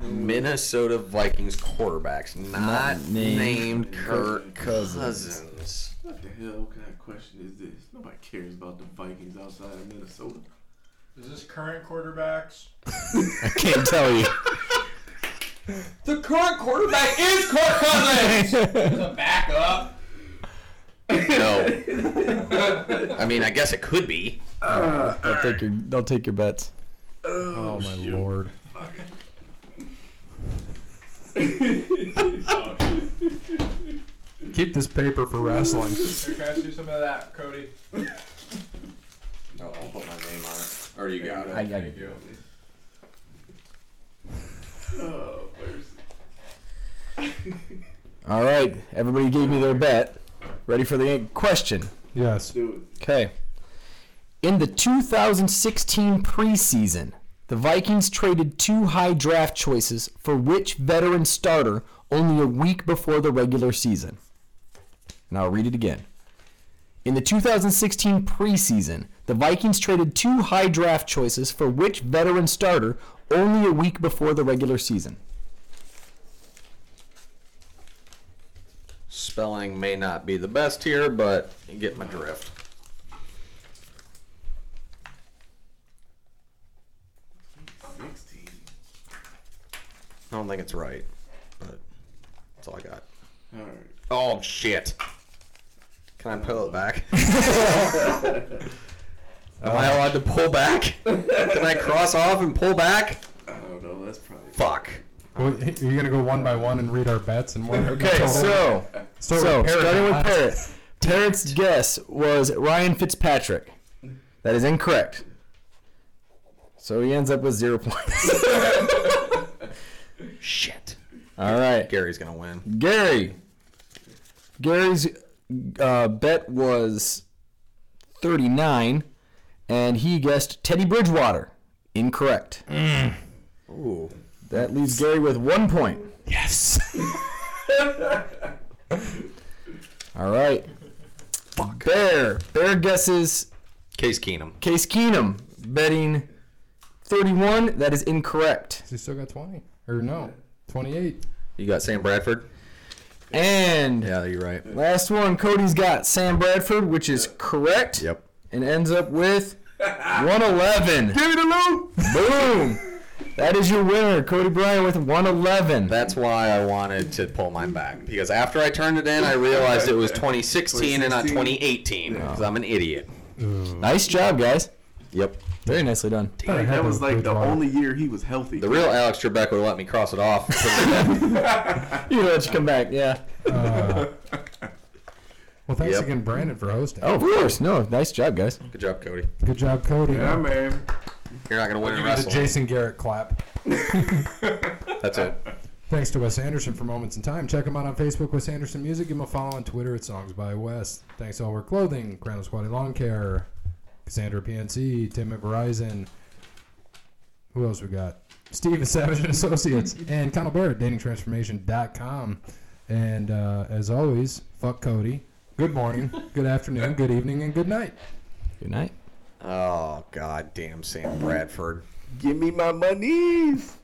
Minnesota Vikings quarterbacks, not,
named
named, Kirk Cousins.
What the hell kind of question is this? Nobody cares about the Vikings outside of Minnesota.
Is this current quarterbacks?
I can't tell you.
The current quarterback is Kirk Cousins. the backup.
No. I mean, I guess it could be.
They'll take your they'll take your bets.
Oh my lord. Keep this paper for wrestling.
Here, can I see some of that, Cody?
Oh, I'll put my name on it. Or you got
I, I,
Oh, where's
all right, everybody gave me their bet. Ready for the question?
Yes.
dude?
Okay. In the 2016 preseason, the Vikings traded two high draft choices for which veteran starter only a week before the regular season? And I'll read it again. In the 2016 preseason, the Vikings traded two high draft choices for which veteran starter only a week before the regular season?
Spelling may not be the best here, but you get my drift.
Sixteen.
I don't think it's right, but that's all I got.
All right.
Oh, shit. Can I pull it back? Am I allowed to pull back? Can I cross off and pull back?
I don't know. That's probably.
Fuck.
Well, y- you're gonna go one by one and read our bets and one.
Okay, so
so,
So,
Parrot,
starting with
uh,
Parrot. Parrot's guess was Ryan Fitzpatrick. That is incorrect. So he ends up with zero points.
Shit.
All right.
Gary's gonna win.
Gary. Gary's uh, bet was 39, and he guessed Teddy Bridgewater. Incorrect.
Ooh.
That leaves Gary with one point.
Yes.
All right. Bear. Bear guesses
Case Keenum.
Case Keenum betting 31. That is incorrect.
He still got twenty or no, twenty-eight.
You got Sam Bradford?
And
Yeah, you're right.
last one, Cody's got Sam Bradford, which is correct.
Yep.
And ends up with 111. Give it a loop. Boom. That is your winner, Cody Bryan with 111.
That's why I wanted to pull mine back because after I turned it in, I realized it was 2016 and not 2018 because I'm an idiot.
nice job, guys.
Yep.
Very nicely done.
Like, that was like the only year he was healthy.
The real Alex Trebek would have let me cross it off.
You let you come back, yeah.
Uh, Well, thanks
Yep.
again, Brandon, for hosting.
Oh, of course. No, nice job, guys.
Good job, Cody.
Good job, Cody.
yeah, man.
You're not going to win in
The
wrestling.
Jason Garrett clap.
That's it.
Thanks to Wes Anderson for Moments in Time. Check him out on Facebook, Wes Anderson Music. Give him a follow on Twitter at Songs by Wes. Thanks to All Wear Clothing, Crown Squatty Lawn Care, Cassandra PNC, Tim at Verizon. Who else we got? Steve at Savage and Associates and Connell Barrett, datingtransformation.com. And uh, as always, fuck Cody. Good morning, good afternoon, good evening, and good night.
Good night.
Oh, God damn Sam Bradford.
Give me my monies.